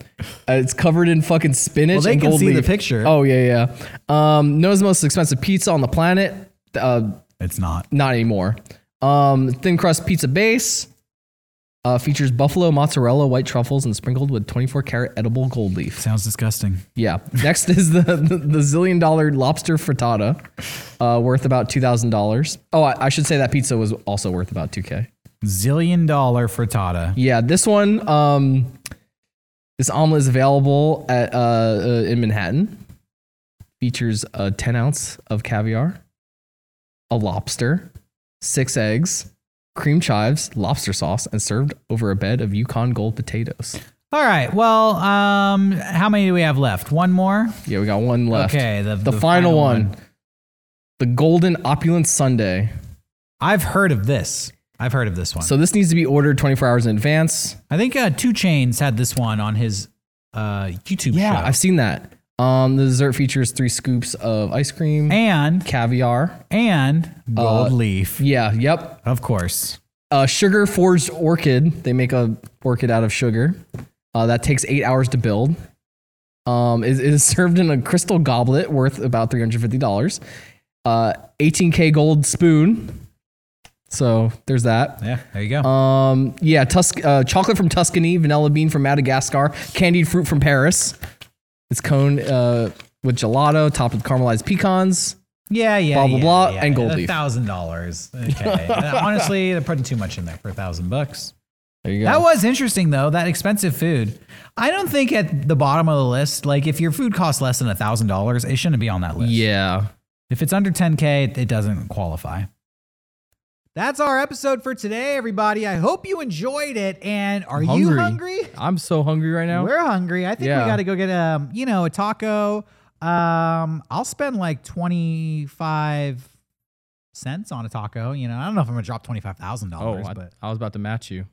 S2: Uh, it's covered in fucking spinach
S1: Well, they
S2: and
S1: can
S2: gold
S1: see the
S2: leaf.
S1: picture.
S2: Oh yeah, yeah. Um, known as the most expensive pizza on the planet. Uh,
S1: It's not.
S2: not anymore. Um, thin crust pizza base.
S3: Uh, features buffalo mozzarella, white truffles, and sprinkled with 24 karat edible gold leaf.
S1: Sounds disgusting.
S3: Yeah. Next is the, the, the zillion dollar lobster frittata, uh, worth about $2,000. Oh, I, I should say that pizza was also worth about 2K.
S1: Zillion dollar frittata.
S3: Yeah, this one, um, this omelet is available at uh, uh, in Manhattan. Features a ten ounce of caviar, a lobster, six eggs, cream chives, lobster sauce, and served over a bed of Yukon Gold potatoes.
S1: All right. Well, um, how many do we have left? One more.
S3: Yeah, we got one left.
S1: Okay, the-
S3: the,
S1: the
S3: final,
S1: final
S3: one.
S1: one.
S3: the Golden Opulent Sunday.
S1: I've heard of this. I've heard of this one.
S3: So this needs to be ordered 24 hours in advance.
S1: I think uh, Two Chains had this one on his uh, YouTube
S3: Yeah,
S1: show.
S3: I've seen that. Um, the dessert features three scoops of ice cream,
S1: and
S3: caviar.
S1: and gold
S3: Uh,
S1: leaf,
S3: Yeah, yep.
S1: of course.
S3: Uh, sugar forged orchid. They make a orchid out of sugar. Uh, that takes eight hours to build. Um, is is served in a crystal goblet worth about three hundred fifty dollars. Uh, eighteen k gold spoon. So there's that.
S1: Yeah, there you go.
S3: Um, yeah, Tus- uh, chocolate from Tuscany, vanilla bean from Madagascar, candied fruit from Paris. It's cone uh, with gelato, topped with caramelized pecans.
S1: yeah, yeah,
S3: blah, blah,
S1: yeah,
S3: blah,
S1: yeah.
S3: and gold
S1: a
S3: leaf.
S1: thousand dollars.
S3: <laughs>
S1: Okay. Uh, Honestly, they're putting too much in there for a thousand bucks.
S3: There you go.
S1: That was interesting though. That expensive food. I don't think at the bottom of the list. Like, if your food costs less than a thousand dollars, it shouldn't be on that list.
S3: yeah.
S1: If it's under 10K, it- it doesn't qualify. That's our episode for today, everybody. I hope you enjoyed it. And are you
S3: hungry.
S1: hungry?
S3: I'm so hungry right now.
S1: We're hungry. I think we
S3: Yeah.
S1: got to go get um, you know, a taco. Um, I'll spend like 25 cents on a taco. You know, I don't know if I'm gonna drop
S3: oh,
S1: $25,000,
S3: I,
S1: but
S3: I was about to match you.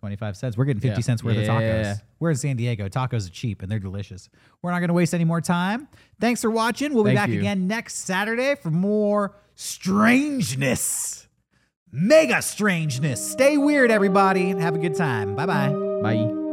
S1: 25 cents. We're getting 50
S3: Yeah.
S1: cents worth of
S3: Yeah, yeah, yeah.
S1: tacos. We're in San Diego. Tacos are cheap and they're delicious. We're not going to waste any more time. Thanks for watching. We'll be
S3: Thank
S1: back
S3: you.
S1: again next Saturday for more strangeness. Mega strangeness. Stay weird, everybody, and have a good time. Bye bye.
S3: Bye.